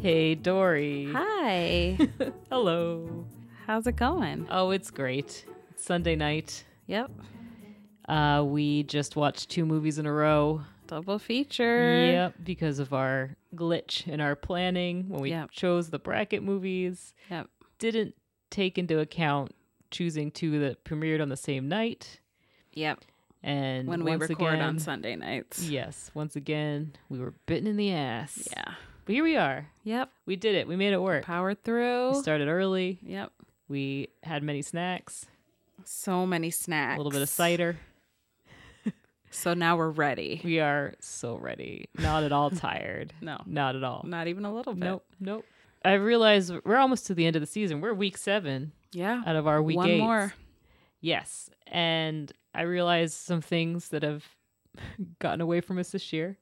Hey, Dory. Hi. Hello. How's it going? Oh, it's great. It's Sunday night. Yep. Uh, we just watched two movies in a row. Double feature. Yep, because of our glitch in our planning when we Yep. chose the bracket movies. Yep. Didn't take into account choosing two that premiered on the same night. Yep. And When we once record again, on Sunday nights. Yes, once again, we were bitten in the ass. Yeah. But here we are. Yep. We did it. We made it work. Power through. We started early. yep. We had many snacks, So many a snacks. little bit of cider. So now we're ready. We are so ready. Not at all tired. No. Not at all. Not even a little bit. Nope. Nope. I realize we're almost to the end of the season. We're week seven Yeah. out of our week Oh, One eight. more. Yes. And I realize some things that have gotten away from us this year.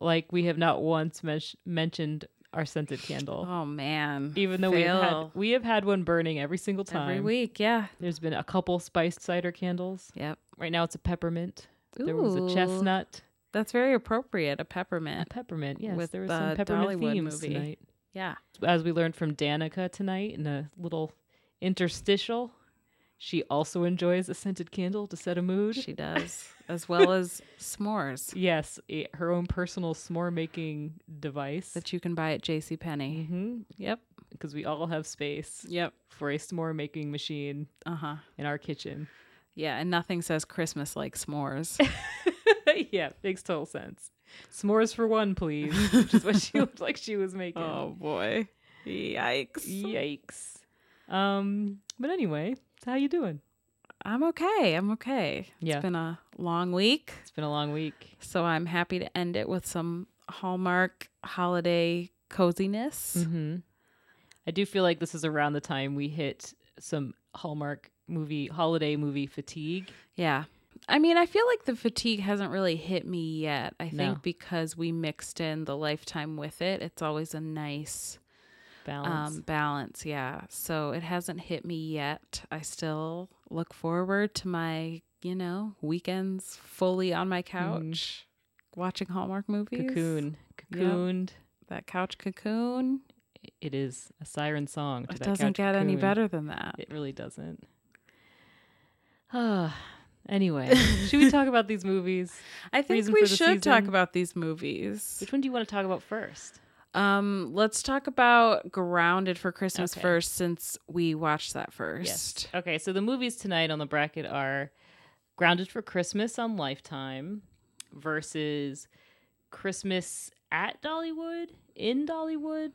Like we have not once men- mentioned our scented candle. Oh man. even though we've had Fail. we have had one burning every single time. every week, yeah. There's been a couple spiced cider candles. Yep. Right now it's a peppermint. There was Ooh. a chestnut. That's very appropriate. A A peppermint. peppermint, yes. With there was the some peppermint Dollywood themes movie. tonight. Yeah. As we learned from Danica tonight in a little interstitial, she also enjoys a scented candle to set a mood. She does. as well as s'mores yes, i- her own personal s'more making device. that you can buy at JCPenney. Mm-hmm. Yep. Because we all have space Yep. for a s'more making machine Uh-huh. in our kitchen. Yeah, and nothing says Christmas like s'mores. yeah, makes total sense. S'mores for one, please, which is what she looked like she was making. Oh, boy. Yikes. Yikes. Um, but anyway, so how you doing? I'm okay. I'm okay. Yeah. It's been a long week, It's been a long week. so I'm happy to end it with some Hallmark holiday coziness. Mm-hmm. I do feel like this is around the time we hit some Hallmark movie holiday movie fatigue. Yeah. I mean, I feel like the fatigue hasn't really hit me yet. I No. think because we mixed in the lifetime with it, it's always a nice Balance. balance. Um, balance. Yeah. So it hasn't hit me yet. I still look forward to my, you know, weekends fully on my couch watching Hallmark movies. Mm. Cocoon. Cocooned. That couch cocoon. It is a siren song. To It that doesn't couch get any cocoon. better than that. It really doesn't. Ah. anyway, should we talk about these movies? I think Reason we for should the talk season. about these movies. Which one do you want to talk about first? Um, let's talk about Grounded for Christmas Okay. first since we watched that first. Okay, so the movies tonight on the bracket are Grounded for Christmas on Lifetime versus Christmas at Dollywood, in Dollywood,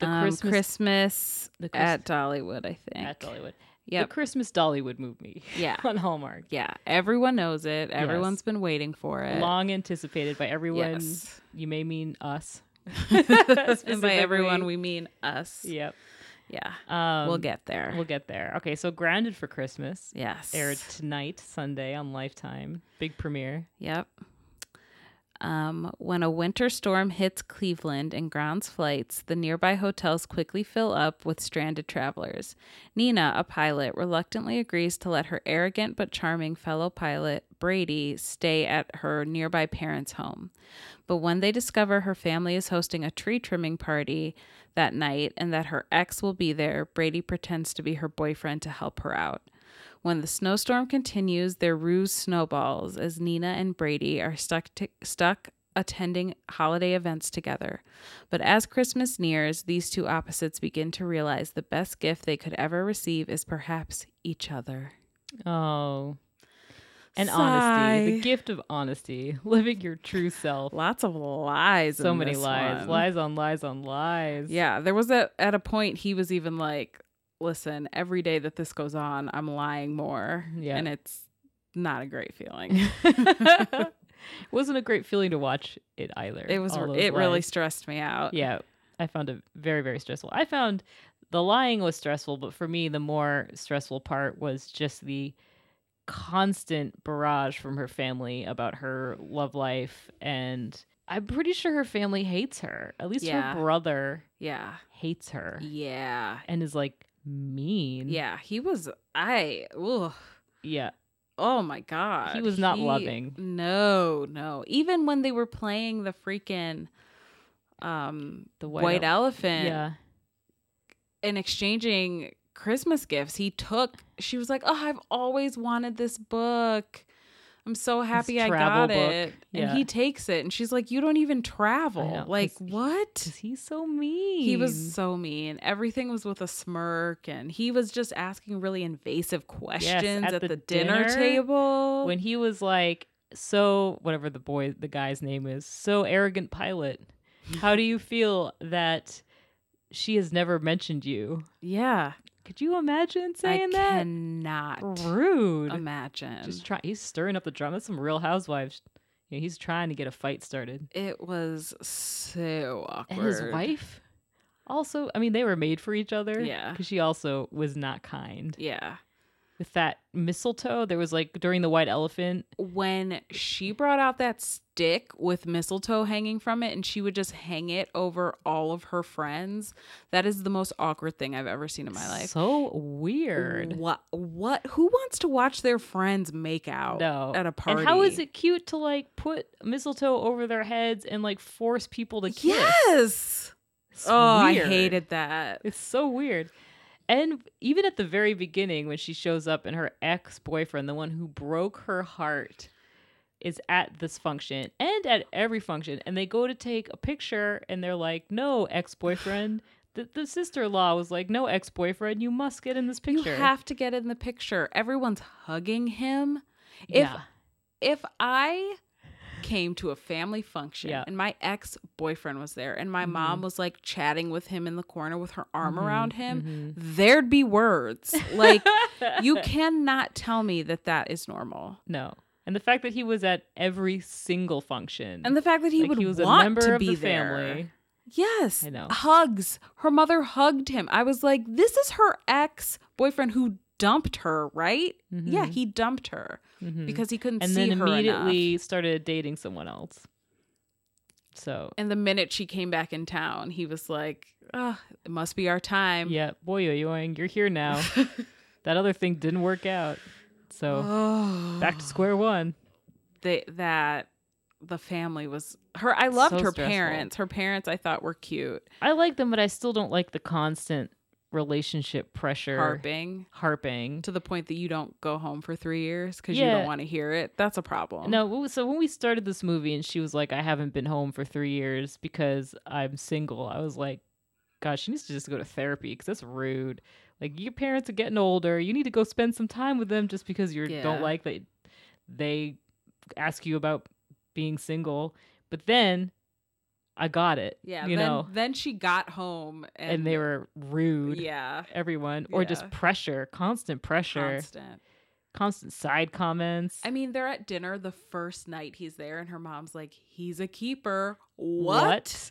The Um, Christmas- Christmas the Christ- at Dollywood, I think. at Dollywood. The Yep. Christmas Dollywood movie yeah. on Hallmark. Yeah, everyone knows it. Everyone's Yes. been waiting for it. Long anticipated by everyone. yes. You may mean us. and by everyone, Specifically. we mean us. Yeah, Yep. Um, we'll get there. We'll get there. Okay, so Grounded for Christmas yes. aired tonight, Sunday on Lifetime. Big premiere. Yep. Um, when a winter storm hits Cleveland and grounds flights, the nearby hotels quickly fill up with stranded travelers. Nina, a pilot, reluctantly agrees to let her arrogant but charming fellow pilot, Brady, stay at her nearby parents' home. But when they discover her family is hosting a tree trimming party that night and that her ex will be there, Brady pretends to be her boyfriend to help her out. When the snowstorm continues, their ruse snowballs as Nina and Brady are stuck t- stuck attending holiday events together. But as Christmas nears, these two opposites begin to realize the best gift they could ever receive is perhaps each other. Oh. And honesty. Sigh. The gift of honesty. Living your true self. Lots of lies. so in many this lies. one. Lies on lies on lies. Yeah, there was a at a point he was even like, "Listen, every day that this goes on, I'm lying more." Yeah. and it's not a great feeling. Wasn't a great feeling to watch it either. It was all those it really lies. stressed me out. Yeah. I found it very, very stressful. I found the lying was stressful, but for me the more stressful part was just the constant barrage from her family about her love life and I'm pretty sure her family hates her. At least Yeah. her brother Yeah. hates her. Yeah. and is like mean. Yeah. He was I ugh, Yeah. oh my god. He was not loving. No, no. Even when they were playing the freaking um, The White, white, el- Elephant Yeah. and exchanging Christmas gifts. He took, she was like, Oh, I've always wanted this book. I'm so happy I travel got book. it. Yeah. And he takes it and she's like, You don't even travel. know. Like, He's- what? 'Cause he's so mean. He was so mean. Everything was with a smirk, and he was just asking really invasive questions at at, the the, dinner, dinner, table. when he was like so whatever the boy the guy's name is so arrogant pilot how do you feel that she has never mentioned you yeah, could you imagine saying I that cannot rude imagine. just try he's stirring up the drama that's some real housewives you know, he's trying to get a fight started it was so awkward. and his wife also i mean they were made for each other Yeah. because she also was not kind Yeah. with that mistletoe there was like during the white elephant When she brought out that stick with mistletoe hanging from it and she would just hang it over all of her friends, that is the most awkward thing I've ever seen in my life. so weird What? What? Who wants to watch their friends make out No. at a party? And how is it cute to like put mistletoe over their heads and like force people to kiss? Yes. It's Oh, weird. I hated that. It's so weird. And even at the very beginning, when she shows up and her ex boyfriend, the one who broke her heart, is at this function and at every function, and they go to take a picture and they're like, no, ex boyfriend. The, the sister in law was like, no, ex boyfriend, you must get in this picture. You have to get in the picture. Everyone's hugging him. If yeah. if I came to a family function Yeah. and my ex boyfriend was there and my Mhm. mom was like chatting with him in the corner with her arm Mhm, around him, Mm-hmm. there'd be words. Like mhm. you cannot tell me that that is normal. No. And the fact that he was at every single function. And the fact that he Like, would was want a member to of the be there. family. Yes. I know. Hugs. Her mother hugged him. I was like, this is her ex boyfriend who dumped her, right? Yeah, Mhm. he dumped her Mhm. because he couldn't and see then her immediately enough. started dating someone else. So And the minute she came back in town, he was like, oh, it must be our time. yeah, boy yoing, you're here now. that other thing didn't work out. So Oh. back to square one. They, that the family was her. I loved So her stressful. parents. Her parents I thought were cute. I like them, but I still don't like the constant relationship pressure Harping harping. to the point that you don't go home for three years because you Yeah. don't want to hear it. That's a problem. No, what was- so when we started this movie and she was like, I haven't been home for three years because I'm single, I was like, gosh, she needs to just go to therapy because that's rude. Like, your parents are getting older. You need to go spend some time with them just because you Yeah. don't like that they ask you about being single. But then I got it. Yeah, You then, know, Then she got home and, and, they were rude. yeah, Everyone, or Yeah. just pressure, constant pressure, constant. constant side comments. I mean, they're at dinner the first night he's there, and her mom's like, "He's a keeper." What?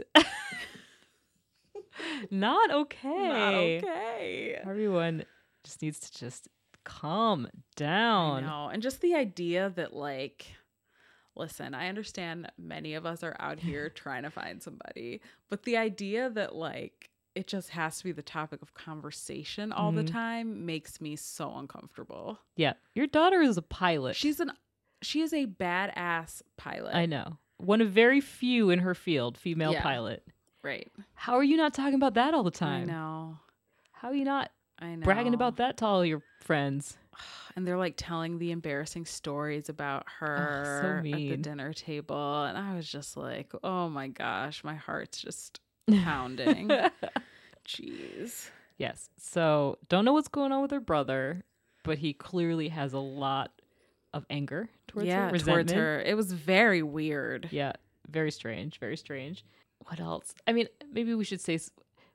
What? Not okay. Not okay. Everyone just needs to just calm I down. know, and just the idea that like. Listen, I understand many of us are out here trying to find somebody, but the idea that like it just has to be the topic of conversation all the Mhm. time makes me so uncomfortable. Yeah. Your daughter is a pilot. She's an she is a badass pilot. I know. One of very few in her field, female Yeah. pilot. Right. How are you not talking about that all the time? I know. How are you not I know. bragging about that to all your friends? And they're like telling the embarrassing stories about her at the Oh, mean. dinner table. And I was just like, oh my gosh, my heart's just pounding. Jeez. yes. So don't know what's going on with her brother, but he clearly has a lot of anger towards her. yeah, Resentment. towards her. It was very weird. Yeah, very strange. Very strange. What else? I mean, maybe we should say. s-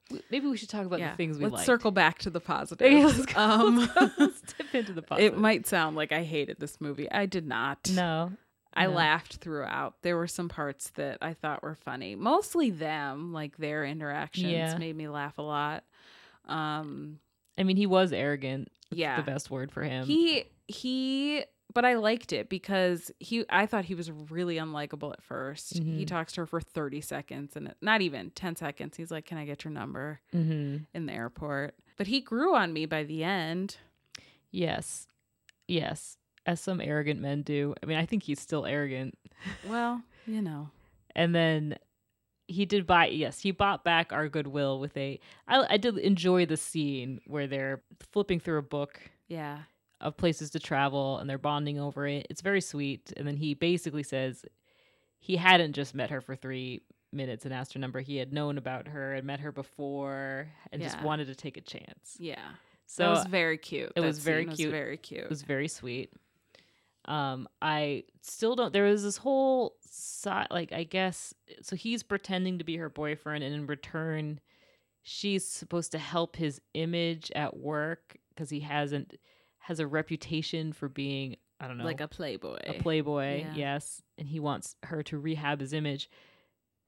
w- Maybe we should talk about Yeah. the things we Let's like. circle back to the positives. Let's go- um, let's dip into the positive. it might sound like I hated this movie. I did not. No. I No. laughed throughout. There were some parts that I thought were funny. Mostly them, like their interactions Yeah. made me laugh a lot. Um I mean, he was arrogant. That's Yeah. The best word for him. he he but I liked it because he I thought he was really unlikable at 1st He Mhm. talks to her for 30 seconds and not even 10 seconds. He's like, "Can I get your number?" hmm in the airport. But he grew on me by the end. Yes. Yes. As some arrogant men do. I mean, I think he's still arrogant. Well, you know. And then he did buy yes he bought back our goodwill with a I, I did enjoy the scene where they're flipping through a book Yeah. of places to travel and they're bonding over it it's very sweet and then he basically says he hadn't just met her for three minutes and asked her number he had known about her and met her before and just Yeah. wanted to take a chance Yeah. so So that was very cute. it was That very scene cute. very cute. it was very sweet. Um, I still don't. There was this whole side, like I guess. So he's pretending to be her boyfriend, and in return, she's supposed to help his image at work because he hasn't has a reputation for being I don't know like a playboy. a playboy. Eh, Yeah. Yes, and he wants her to rehab his image.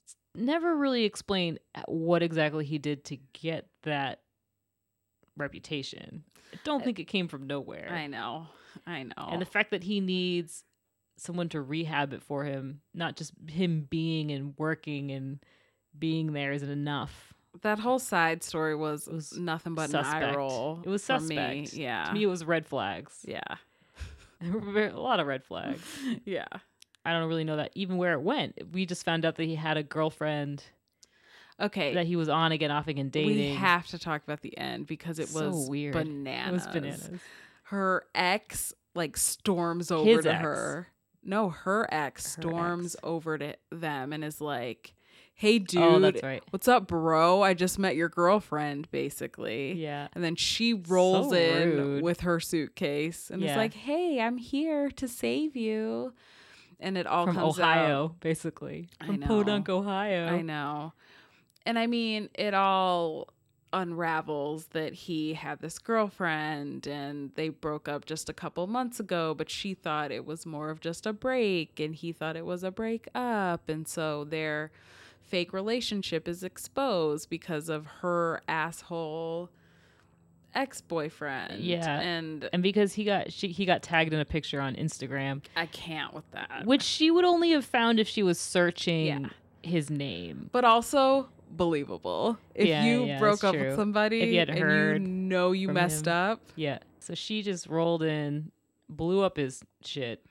It's never really explained uh, what exactly he did to get that reputation. I don't think it came from nowhere. Eh, I know. I know. And the fact that he needs someone to rehab it for him, not just him being and working and being there isn't enough. that whole side story was, It was nothing but an suspect. eye roll. It was for suspect. Me. Yeah. To me, it was red flags. ah. yeah. There were a lot of red flags. yeah. I don't really know that even where it went. We just found out that he had a girlfriend Okay. that he was on again, off again dating. We have to talk about the end because it So was weird. It was bananas. it was bananas. Her ex like storms over His to ex. her. No, her ex Her storms over to them and is like, "Hey, dude, oh, that's right. what's up, bro? I just met your girlfriend, basically." Yeah. And then she rolls So in rude. with her suitcase and Yeah. it's like, "Hey, I'm here to save you," and it all From comes out. Ohio, basically. I From know. Podunk, Ohio. I know. And I mean, it all unravels that he had this girlfriend and they broke up just a couple months ago, but she thought it was more of just a break and he thought it was a break up. And so their fake relationship is exposed because of her asshole ex boyfriend. Yeah. And And because he got she, he got tagged in a picture on Instagram I can't with that. which she would only have found if she was searching Yeah. his name. but also believable. If Yeah, you yeah, broke that's up true. with somebody If you had and heard you know you from messed him. up, Yeah. So she just rolled in, blew up his shit,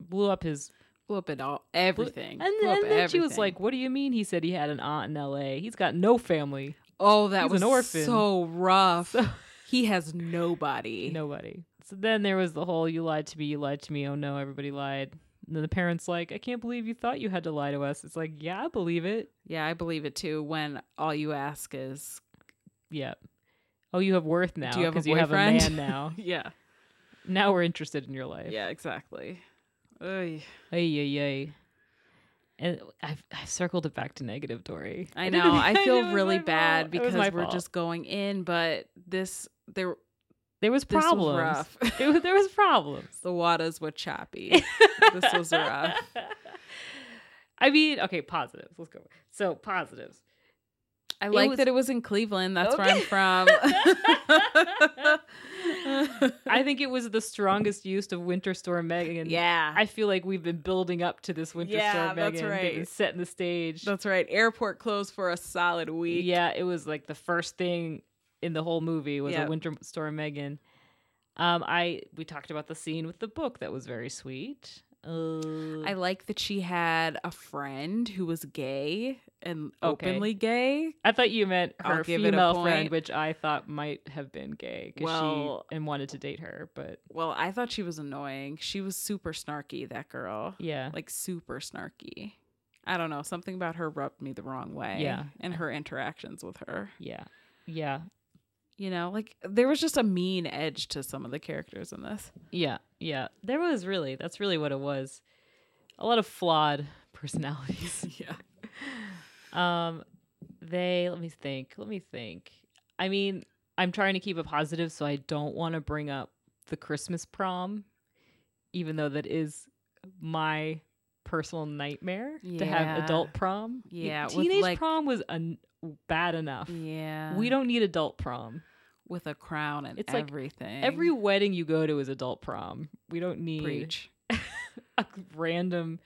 blew up his blew up it all blew- everything. and, Blew then- up and then she was everything. like, "What do you mean?" He said he had an aunt in L.A. He's got no family, "Oh, that "He's was an orphan." so rough. So- he has nobody." nobody. So then there was the whole "You lied to me, you lied to me." Oh no, everybody lied. And then the parents like, "I can't believe you thought you had to lie to us." It's like, yeah, I believe it. Yeah, I believe it too. When all you ask is, Yeah. Oh, you have worth now you have a because you have a boyfriend? man now. "Yeah, now we're interested in your life. yeah, exactly." Oy. Ay, ay, ay. And I've, I've circled it back to negative, Dory. I know. I It feel was really my bad fault. It was because my we're fault. just going in, but this there There was this problems. was rough. There, was- there was problems. the waters were choppy. this was rough. I mean, okay, positives. Let's go. So positives. I like was- that it was in Cleveland. That's Okay. where I'm from. I think it was the strongest use of Winter Storm Megan. yeah, I feel like we've been building up to this Winter Yeah, Storm Megan. that's They've been right. setting the stage. that's right. Airport closed for a solid week. Yeah, it was like the first thing in the whole movie was Yeah. a Winter Storm Megan. Um, I we talked about the scene with the book that was very sweet. Uh, I like that she had a friend who was gay and Okay. openly gay. I thought you meant I'll her give it a female friend, point. which I thought might have been gay because Well- she and wanted to date her, but Well, I thought she was annoying. She was super snarky. That girl, yeah, like super snarky. I don't know. Something about her rubbed me the wrong way. Yeah. and her interactions with her. yeah, yeah, You know, like there was just a mean edge to some of the characters in this. yeah, yeah. There was really that's really what it was. A lot of flawed personalities. Yeah. Um, they let me think. Let me think. I mean, I'm trying to keep it positive, so I don't want to bring up the Christmas prom, even though that is my personal nightmare to have Yeah. adult prom. Yeah, with, teenage like- prom was an bad enough. Yeah. We don't need adult prom. with a crown and It's like everything. Every wedding you go to is adult prom. We don't need preach, a random.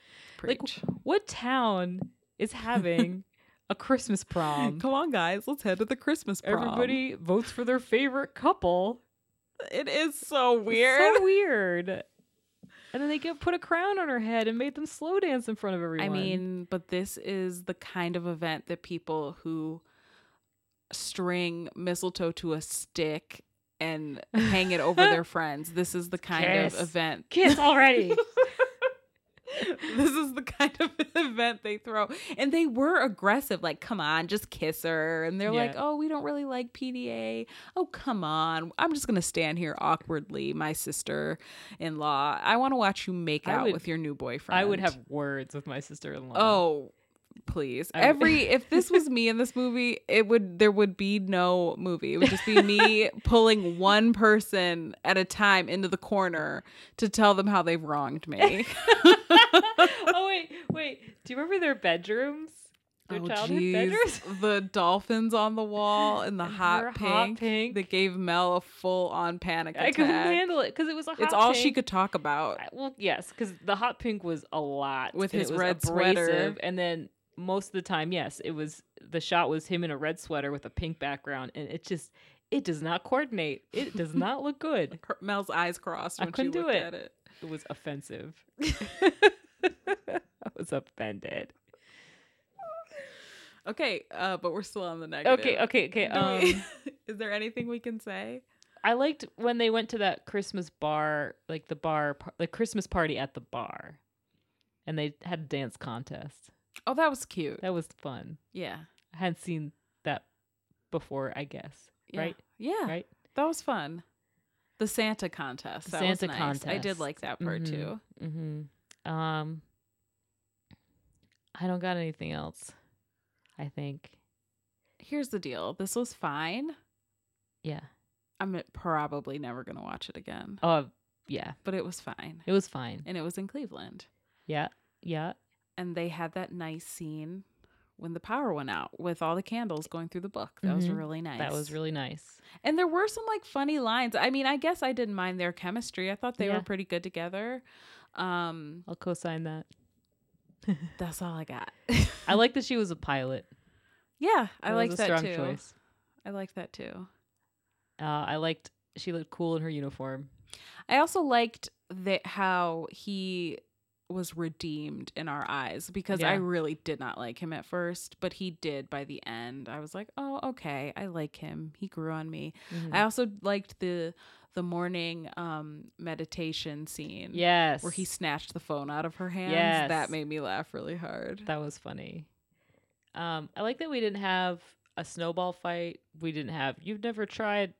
Like, preach. What town is having a Christmas prom? Come on, guys, let's head to the Christmas prom. Everybody votes for their favorite couple. it is so It's weird. So weird. And then they get, put a crown on her head and made them slow dance in front of everyone. I mean, but this is the kind of event that people who string mistletoe to a stick and hang it over their friends. This is the kind Kiss. of event. kiss already. This is the kind of event they throw. And they were aggressive, like, come on, just kiss her. And they're Yeah. like, oh, we don't really like PDA. Oh, come on. I'm just going to stand here awkwardly, my sister in law. I want to watch you make I out would- with your new boyfriend. I would have words with my sister in law. Oh, please. Uh-huh. I would- Every if this was me in this movie, it would there would be no movie. It would just be me pulling one person at a time into the corner to tell them how they've wronged me. oh wait, wait. Do you remember their bedrooms? Their Oh, childhood jeez. bedrooms? The dolphins on the wall and the And hot, her pink hot pink. that gave Mel a full on panic I couldn't attack. handle it because it was a hot. It's all pink. she could talk about. I- Well, yes, because the hot pink was a lot With and his it was red abrasive, sweater. and then most of the time, yes, it was the shot was him in a red sweater with a pink background, and it just it does not coordinate. It does not look good. Her- Mel's eyes crossed I when she couldn't do looked it. at it. It was offensive. I was offended. Okay, uh, but we're still on the negative. Okay, okay, okay. Do Um, we- is there anything we can say? I liked when they went to that Christmas bar, like the bar, par- the Christmas party at the bar, and they had a dance contest. Oh, that was cute. That was fun. yeah. I hadn't seen that before, I guess. Yeah. Right? Yeah. Right? That was fun. The Santa contest. The that was Santa nice. I did contest. like that part Mhm. too. Mm-hmm. Um, I don't got anything else. I think. Here's the deal. This was fine. Yeah. I'm probably never going to watch it again, Oh, yeah. but it was fine. It was fine. And it was in Cleveland. Yeah. Yeah. And they had that nice scene when the power went out with all the candles going through the book. That was Mhm. really nice. That was really nice. And there were some like funny lines. I mean, I guess I didn't mind their chemistry. I thought they Yeah. were pretty good together. Um, I'll co-sign that. that's all I got. I like that she was a pilot. yeah, I was like a that strong too. choice. I like that too. Uh, I liked she looked cool in her uniform. I also liked that how he was redeemed in our eyes because I Yeah. really did not like him at first, but he did by the end. I was like, "Oh, okay, I like him. He grew on me." I Mm-hmm. Mm. also liked the the morning um meditation scene yes, where he snatched the phone out of her hands. Yes. That made me laugh really hard. that was funny. Um, I like that we didn't have a snowball fight. We didn't have you've never tried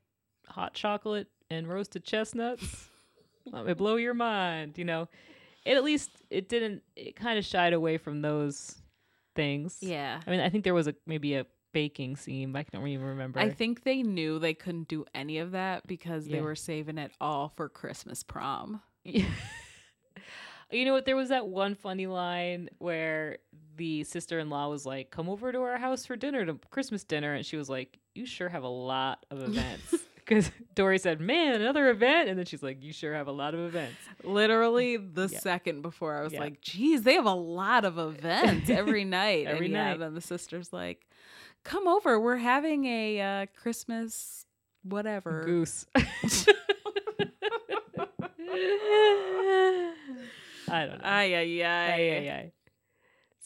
hot chocolate and roasted chestnuts. Let me blow your mind. You know, it at least it didn't. It kind of shied away from those things. yeah. I mean, I think there was a maybe a baking scene, but I don't even remember. I think they knew they couldn't do any of that because they Yeah. were saving it all for Christmas prom. Yeah. you know what? There was that one funny line where the sister in law was like, "Come over to our house for dinner, to Christmas dinner," and she was like, "You sure have a lot of events." Because Dory said, "Man, another event," and then she's like, "You sure have a lot of events." Literally the Yeah. second before I was Yeah. like, geez, they have a lot of events every night. Every and yeah, night. then the sister's like, come over. We're having a uh, Christmas whatever. Goose. I don't know. Ay, ay, Ay, ay. ay, ay.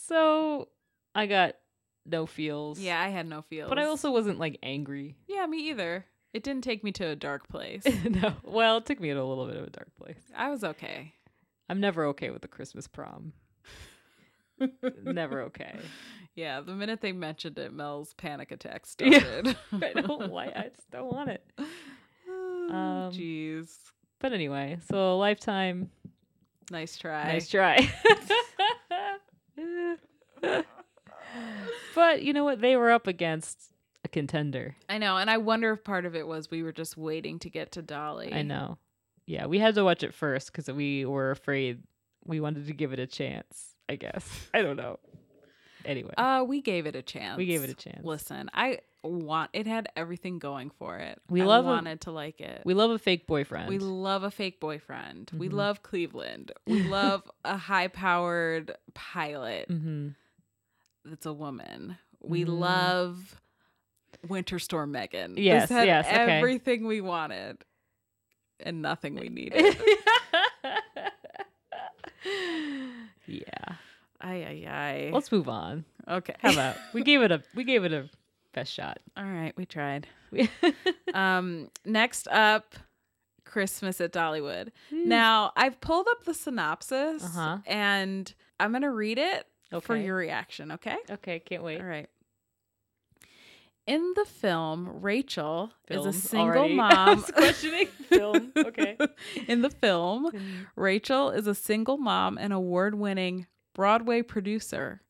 So I got no feels. Yeah, I had no feels. but I also wasn't like angry. Yeah, me either. It didn't take me to a dark place. no. Well, it took me to a little bit of a dark place. I was okay. I'm never okay with the Christmas prom. never okay. Yeah, the minute they mentioned it, Mel's panic attack Yeah. started. I don't why I just don't want it. Oh, Um, Jeez. But anyway, so lifetime. nice try. Nice try. but you know what? They were up against a contender. I know. And I wonder if part of it was we were just waiting to get to Dolly. I know. Yeah, we had to watch it first because we were afraid we wanted to give it a chance. I guess I don't know. Anyway, Uh, we gave it a chance. we gave it a chance. Listen, I want it had everything going for it. We I love a- wanted to like it. We love a fake boyfriend. We love a fake boyfriend. We Mhm. love Cleveland. We love a high powered pilot mm-hmm. that's a woman. We Mm. love Winter Storm Megan. This Yes, had yes, okay. Everything we wanted and nothing we needed. I ay, ay. Let's move on. okay. How about we gave it a we gave it a best shot. All right, we tried. We- Um, next up, Christmas at Dollywood. Now, I've pulled up the synopsis Uh-huh. and I'm going to read it for Okay. your reaction, okay? okay, can't wait. All right. In the film, Rachel Film is a single already. I mom. was questioning film. Okay. In the film, Rachel is a single mom and award winning Broadway producer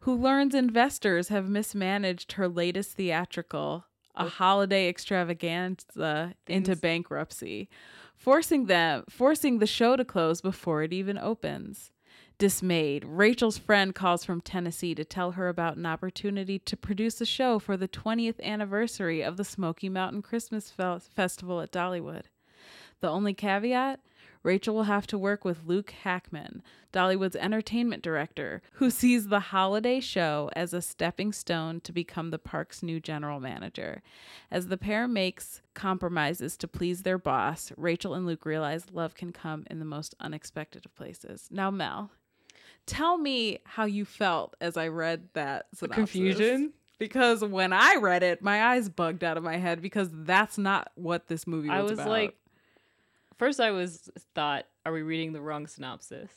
who learns investors have mismanaged her latest theatrical, a Oops. holiday extravaganza, into Things- bankruptcy, forcing them forcing the show to close before it even opens. Dismayed, Rachel's friend calls from Tennessee to tell her about an opportunity to produce a show for the 20th anniversary of the Smoky Mountain Christmas Fel- Festival at Dollywood. The only caveat Rachel will have to work with Luke Hackman, Dollywood's entertainment director, who sees the holiday show as a stepping stone to become the park's new general manager. As the pair makes compromises to please their boss, Rachel and Luke realize love can come in the most unexpected of places. Now, Mel, tell me how you felt as I read that synopsis. Confusion. Because when I read it, my eyes bugged out of my head because that's not what this movie was I was about. like, first I was thought, are we reading the wrong synopsis?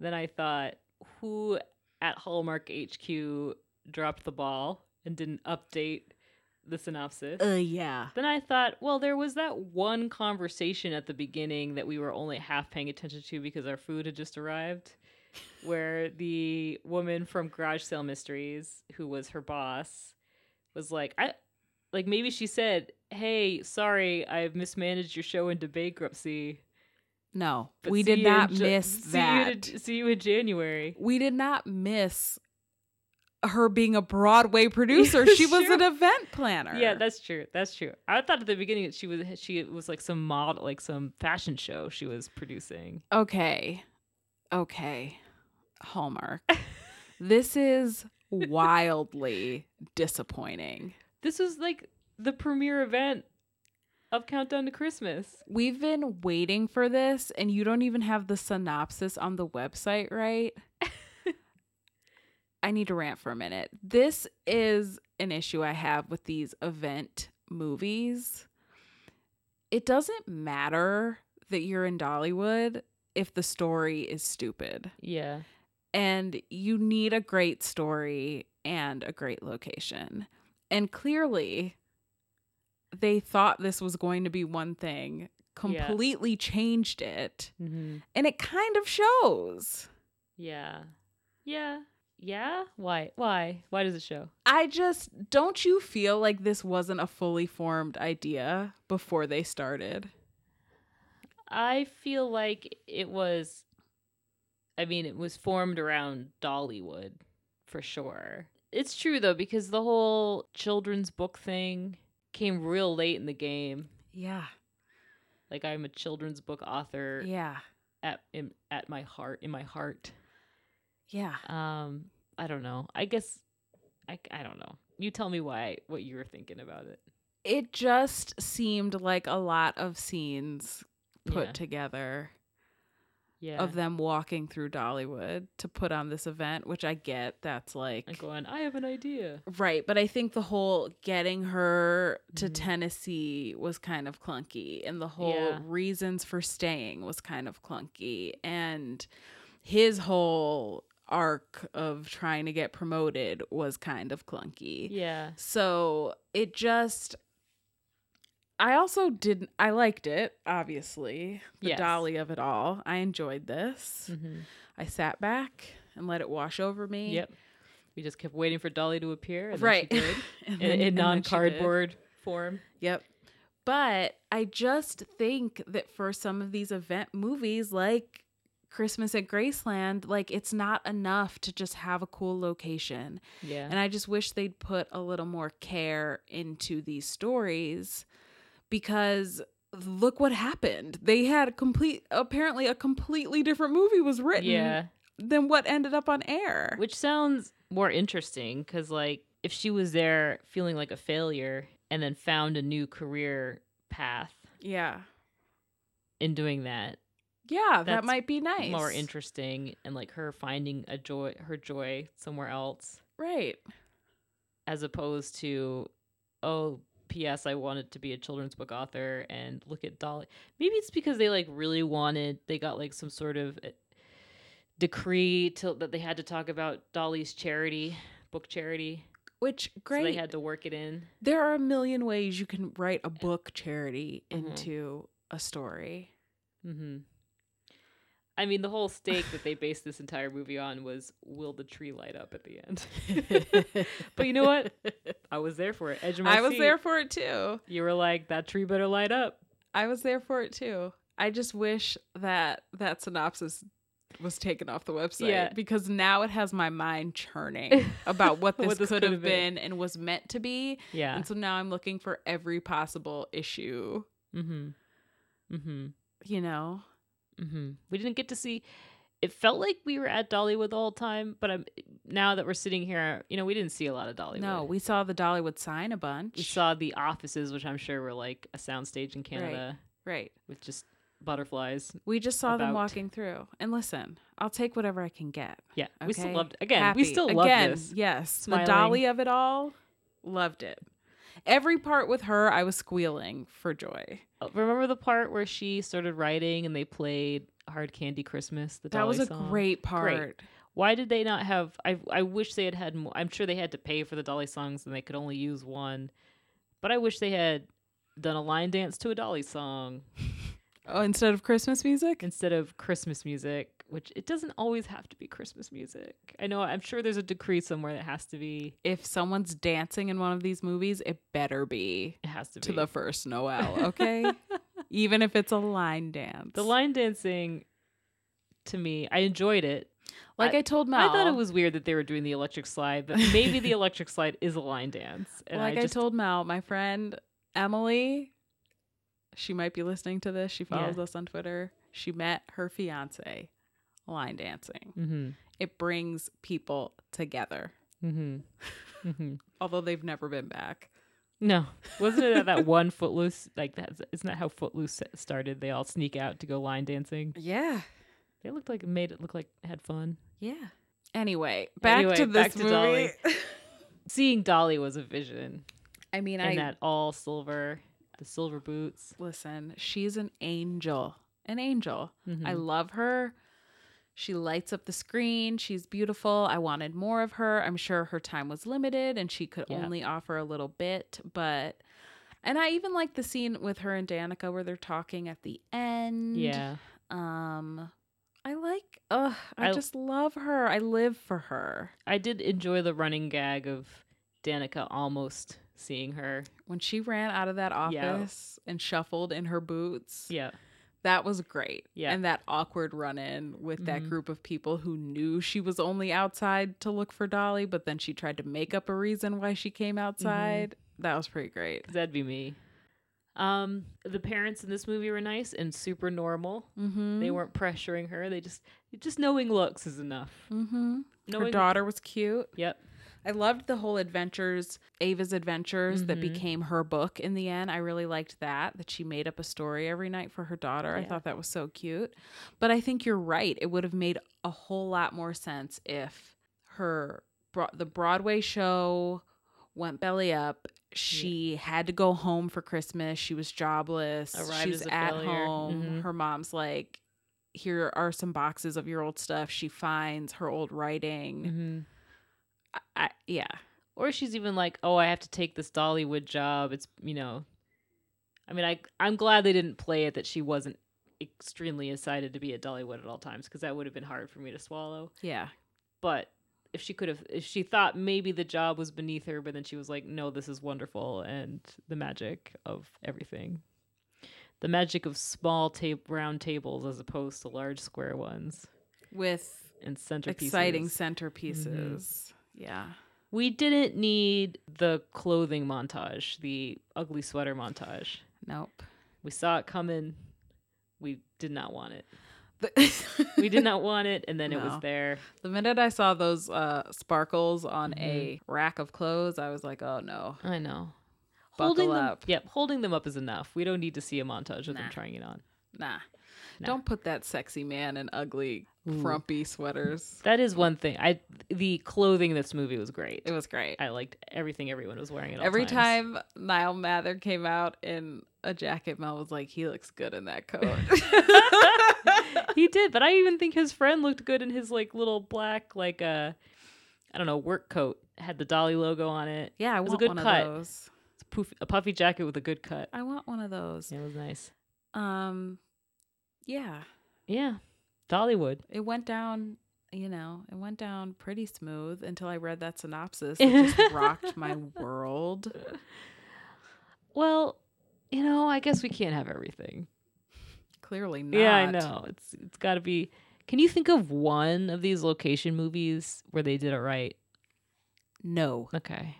Then I thought, who at Hallmark HQ dropped the ball and didn't update the synopsis? uh, yeah. Then I thought, well, there was that one conversation at the beginning that we were only half paying attention to because our food had just arrived, where the woman from Garage Sale Mysteries, who was her boss, was like, I like maybe she said, "Hey, sorry, I've mismanaged your show into bankruptcy." No, but we see did you in not Ja- miss see that. You in, see you in January. we did not miss her being a Broadway producer. she was Sure. an event planner. Yeah, that's true. That's true. I thought at the beginning that she was she was like some model, like some fashion show she was producing. okay. Okay. Hallmark. this is wildly disappointing. This was like the premiere event of Countdown to Christmas. We've been waiting for this, and you don't even have the synopsis on the website right. I need to rant for a minute. This is an issue I have with these event movies. It doesn't matter that you're in Dollywood if the story is stupid, Yeah. and you need a great story and a great location. And clearly, they thought this was going to be one thing, completely changed it, Mm-hmm. and it kind of shows. Yeah. Yeah. Yeah. Why? Why? Why does it show? I just don't you feel like this wasn't a fully formed idea before they started? I feel like it was. I mean, it was formed around Dollywood for sure. It's true though, because the whole children's book thing came real late in the game. Yeah. Like I'm a children's book author Yeah. at in, at my heart, in my heart. Yeah. Um, I don't know. I guess I I don't know. You tell me why what you were thinking about it. It just seemed like a lot of scenes put Yeah. together Yeah. of them walking through Dollywood to put on this event, which I get that's like and going, I have an idea. Right, but I think the whole getting her to Mhm. Tennessee was kind of clunky, and the whole Yeah. reasons for staying was kind of clunky, and his whole arc of trying to get promoted was kind of clunky. Yeah. So it just. I also didn't. I liked it, obviously. The Yes. dolly of it all. I enjoyed this. hmm I sat back and let it wash over me. Yep. We just kept waiting for Dolly to appear. And right. Then she did. And in, in then- and then she non did. cardboard form. Yep. But I just think that for some of these event movies like Christmas at Graceland, like it's not enough to just have a cool location. Yeah. And I just wish they'd put a little more care into these stories because look what happened. They had a complete apparently a completely different movie was written yeah. than what ended up on air. Which sounds more interesting because, like, if she was there feeling like a failure and then found a new career path yeah. in doing that, Yeah, that That's might be nice. more interesting and like her finding a joy her joy somewhere else Right. as opposed to oh ps i wanted to be a children's book author and look at dolly maybe it's because they like really wanted they got like some sort of uh, decree to, that they had to talk about dolly's charity book charity Which great. so they had to work it in there are a million ways you can write a book charity Mhm. into a story. mm-hmm. i mean the whole stake that they based this entire movie on was will the tree light up at the end but you know what i was there for it edge of my I was seat. there for it too. you were like that tree better light up I was there for it too. I just wish that that synopsis was taken off the website Yeah. because now it has my mind churning about what this, What this could could have have been. been and was meant to be. yeah And so now I'm looking for every possible issue, Mm-hmm. Mm-hmm. you know? Mm-hmm. We didn't get to see. It felt like we were at Dollywood the whole time, but I'm now that we're sitting here, you know, we didn't see a lot of Dollywood. No, we saw the Dollywood sign a bunch. we saw the offices, which I'm sure were like a soundstage in Canada Right. with just butterflies. We just saw them About- walking through. And listen, I'll take whatever I can get. Yeah, we still Okay. loved. Again, we Happy. still Again, love this. Yes. Smiling. The dolly of it all, loved it. Every part with her, I was squealing for joy. Uh, Remember the part where she started writing and they played "Hard Candy Christmas"? The That was Dolly a song? great part. Why did they not have? I I wish they had had. More, I'm sure they had to pay for the Dolly songs and they could only use one. But I wish they had done a line dance to a Dolly song Oh, instead of Christmas music? instead of Christmas music, which it doesn't always have to be Christmas music. I know. I'm sure there's a decree somewhere that has to be. If someone's dancing in one of these movies, it better be It has to be to the first Noel, okay? Even if it's a line dance. the line dancing. To me, I enjoyed it. Like I, told Mel. I thought it was weird that they were doing the electric slide, but maybe the electric slide is a line dance. And like I I, just told Mel, my friend Emily, she might be listening to this. She follows us on Twitter. She met her fiance line dancing. Mm-hmm. It brings people together, Mm-hmm. Mm-hmm. although they've never been back. No, wasn't it at that one Footloose? Like that isn't that how Footloose started? They all sneak out to go line dancing. Yeah. They looked like made it look like had fun. Yeah. Anyway, back to Anyway, this back to movie. Seeing Dolly was a vision, I mean, and I that all silver, the silver boots. listen, she's an angel. An angel. Mhm. I love her. She lights up the screen. She's beautiful. I wanted more of her. I'm sure her time was limited and she could Yeah. only offer a little bit, but and I even like the scene with her and Danica where they're talking at the end. yeah, Um I like ugh, I, I- just love her. I live for her. I did enjoy the running gag of Danica almost seeing her. When she ran out of that Yeah. office and shuffled in her boots. Yeah, That was great. Yeah. And that awkward run in with that Mhm. group of people who knew she was only outside to look for Dolly, but then she tried to make up a reason why she came Mm-hmm. outside. That was pretty great. 'cause that'd be me. Um, the parents in this movie were nice and super normal. Mm-hmm. They weren't pressuring her. They just just knowing looks is enough. Mm-hmm. Her Knowing daughter was cute. Yep. I loved the whole adventures, Ava's adventures that Mhm. became her book in the end. I really liked that, that she made up a story every night for her daughter. I Yeah. thought that was so cute. But I think you're right. It would have made a whole lot more sense if her bro- the Broadway show went belly up. She had to go home for Christmas. She was jobless. Arrived She's as a at failure. home. Mhm. Her mom's like, here are some boxes of your old stuff. She finds her old writing. Mm-hmm. I, I, yeah. or she's even like oh i have to take this dollywood job it's you know i mean i i'm glad they didn't play it that she wasn't extremely excited to be at dollywood at all times because that would have been hard for me to swallow Yeah. but if she could have if she thought maybe the job was beneath her but then she was like no this is wonderful and the magic of everything the magic of small ta- round tables as opposed to large square ones With and centerpieces exciting centerpieces. Yeah. we didn't need the clothing montage the ugly sweater montage Nope. We saw it coming. We did not want it. We did not want it, and then it No. was there. the minute I saw those uh, sparkles on a rack of clothes, I was like, "Oh no!" I know. Buckle holding up. them, yep, holding them up is enough. We don't need to see a montage of Nah. them trying it on. Nah. No. Don't put that sexy man in ugly, Ooh. frumpy sweaters. That is one thing. I the clothing in this movie was great. It was great. I liked everything everyone was wearing at all Every times. time Niall Mather came out in a jacket, Mel was like, he looks good in that coat. he did, but I even think his friend looked good in his like little black like uh I don't know, work coat. Had the Dolly logo on it. yeah, I was a want good one cut. of those. It's a, poof, a puffy jacket with a good cut. I want one of those. Yeah, it was nice. Um, yeah, Yeah. Dollywood. it went down. You know, it went down pretty smooth until I read that synopsis. It just rocked my world. Well, you know, I guess we can't have everything. Clearly not. Yeah, I know. It's it's got to be Can you think of one of these location movies where they did it right? No. Okay.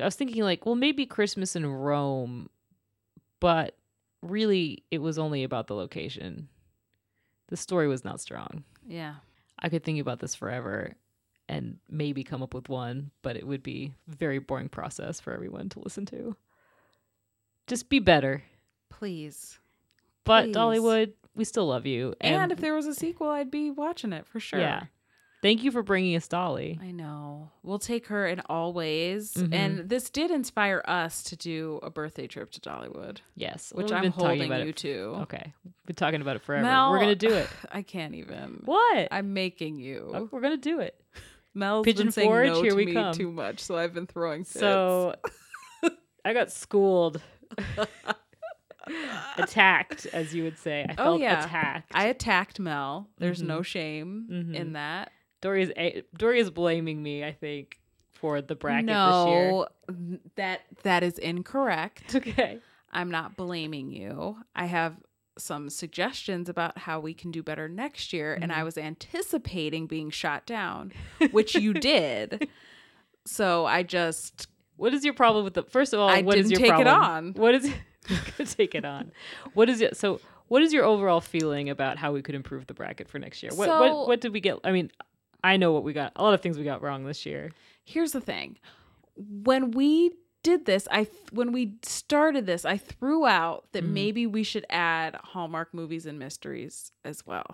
I was thinking like, well, maybe Christmas in Rome, but really it was only about the location. The story was not strong. Yeah. I could think about this forever and maybe come up with one, but it would be a very boring process for everyone to listen to. Just be better. Please. But Please. Dollywood, we still love you. And, if there was a sequel, I'd be watching it for sure. Yeah. thank you for bringing us Dolly. I know. We'll take her in all ways. Mhm. And this did inspire us to do a birthday trip to Dollywood, Yes, which we've I'm been talking holding about you it. Oh. to. Okay, we've been talking about it forever. Mel- We're gonna do it. I can't even. What? I'm making you. Oh, We're gonna do it. Mel's Pigeon been saying Forge, no here to we me come. too much, so I've been throwing fits. So I got schooled, attacked, as you would say. I Oh, felt yeah. attacked. I attacked Mel. There's no Mhm. shame in Mhm. that. Dory is a- Dory is blaming me. I think for the bracket no, that that is incorrect. this year. Okay. I'm not blaming you. I have some suggestions about how we can do better next year, and I was anticipating being shot down, which you did. So I just What is your problem with the? First of all, I what is didn't your take it problem? on. What is? take it on. What is it? So. What is your overall feeling about how we could improve the bracket for next year? What So- what, what did we get? I mean, I know what we got. A lot of things we got wrong this year. here's the thing when we did this i th- when we started this i threw out that Mhm. maybe we should add hallmark movies and mysteries as well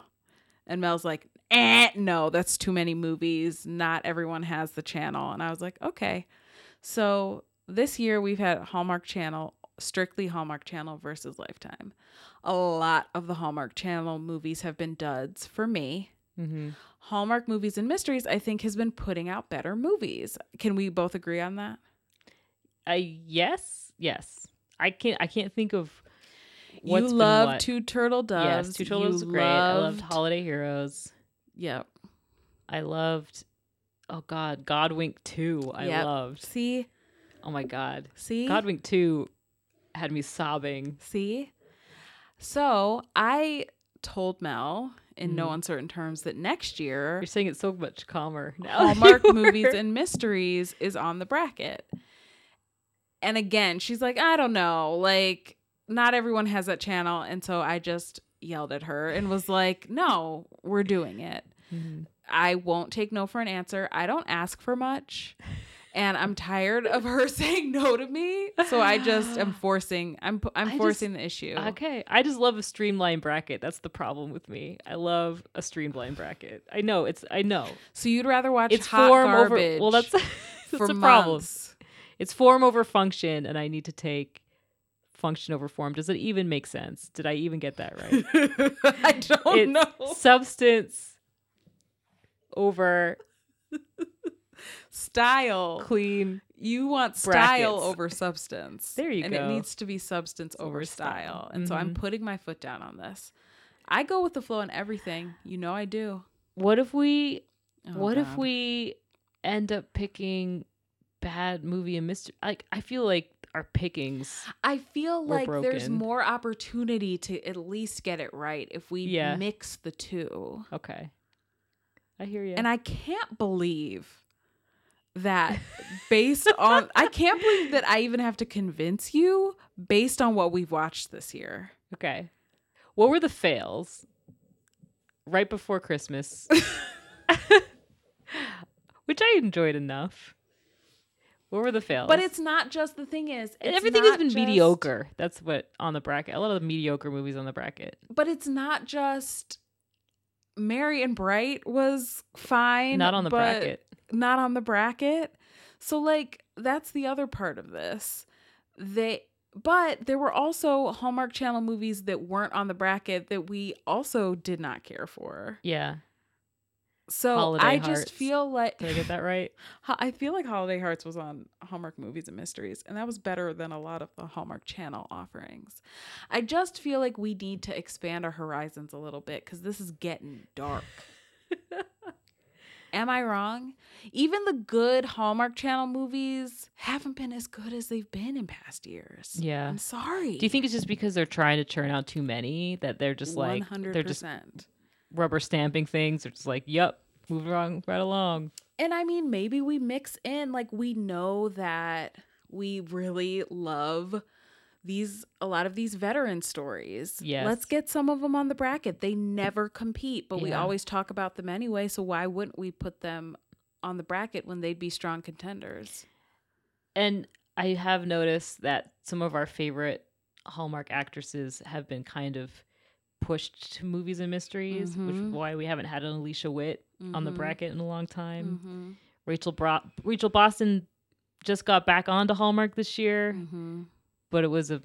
and mel's like eh, no that's too many movies not everyone has the channel and i was like okay so this year we've had hallmark channel strictly hallmark channel versus lifetime a lot of the hallmark channel movies have been duds for me Mm-hmm. Hallmark Movies and Mysteries, I think, has been putting out better movies. Can we both agree on that? Uh, yes, yes. I can't. I can't think of. you what's been love what. Two Turtle Doves. Yes, Two Turtles You was great. I loved loved- Holiday Heroes. Yep. I loved. Oh God, Godwink Two. I Yep. loved. See, Oh my God, see, Godwink Two had me sobbing. see. So I told Mel in no Mhm. uncertain terms that next year You're saying it so much calmer now. than Hallmark you were. movies and mysteries is on the bracket. And again, she's like, I don't know, like not everyone has that channel, and so I just yelled at her and was like, No, we're doing it. Mhm. I won't take no for an answer. I don't ask for much. And I'm tired of her saying no to me. So I just am forcing I'm I I'm just- forcing the issue. Okay, I just love a streamlined bracket. That's the problem with me. I love a streamlined bracket. I know it's. I know So you'd rather watch it's hot form garbage. over. Well, that's that's for a problem. months. It's form over function, and I need to take function over form. Does it even make sense? Did I even get that right? I don't It's know. substance over Style. clean. You want style Brackets. over substance. There you and go. And it needs to be substance over over style. Mm-hmm. style. And so I'm Mhm. putting my foot down on this. I go with the flow in everything. You know I do. What if we Oh, what if God. we end up picking bad movie and mystery like I feel like our pickings I feel We're like there's broken. more opportunity to at least get it right if we Yeah. mix the two. okay. I hear you. And I can't believe that based on I can't believe that I even have to convince you based on what we've watched this year. okay. What were the fails right before Christmas? Which I enjoyed enough. What were the fails? But it's not just the thing is it's everything has not been just- mediocre. That's what on the bracket. A lot of the mediocre movies on the bracket. But it's not just Mary and Bright was fine. Not on the but bracket. Not on the bracket. So like that's the other part of this. They but there were also Hallmark Channel movies that weren't on the bracket that we also did not care for. Yeah. So Holiday I Hearts. just feel like Did I get that right? Ho- I feel like Holiday Hearts was on Hallmark Movies and Mysteries, and that was better than a lot of the Hallmark Channel offerings. I just feel like we need to expand our horizons a little bit because this is getting dark. Am I wrong? Even the good Hallmark Channel movies haven't been as good as they've been in past years. Yeah. I'm sorry. Do you think it's just because they're trying to churn out too many that they're just like they're just 100%. rubber stamping things? They're just like, yep, move along, right along. And I mean, maybe we mix in, like, we know that we really love these, a lot of these veteran stories. Yes. Let's get some of them on the bracket. They never compete, but we Yeah. always talk about them anyway. So why wouldn't we put them on the bracket when they'd be strong contenders? And I have noticed that some of our favorite Hallmark actresses have been kind of pushed to movies and mysteries, which Mhm. is why we haven't had an Alicia Witt on the Mhm. bracket in a long time. Mhm. Rachel Bro- Rachel Boston just got back onto Hallmark this year, Mhm. but it was a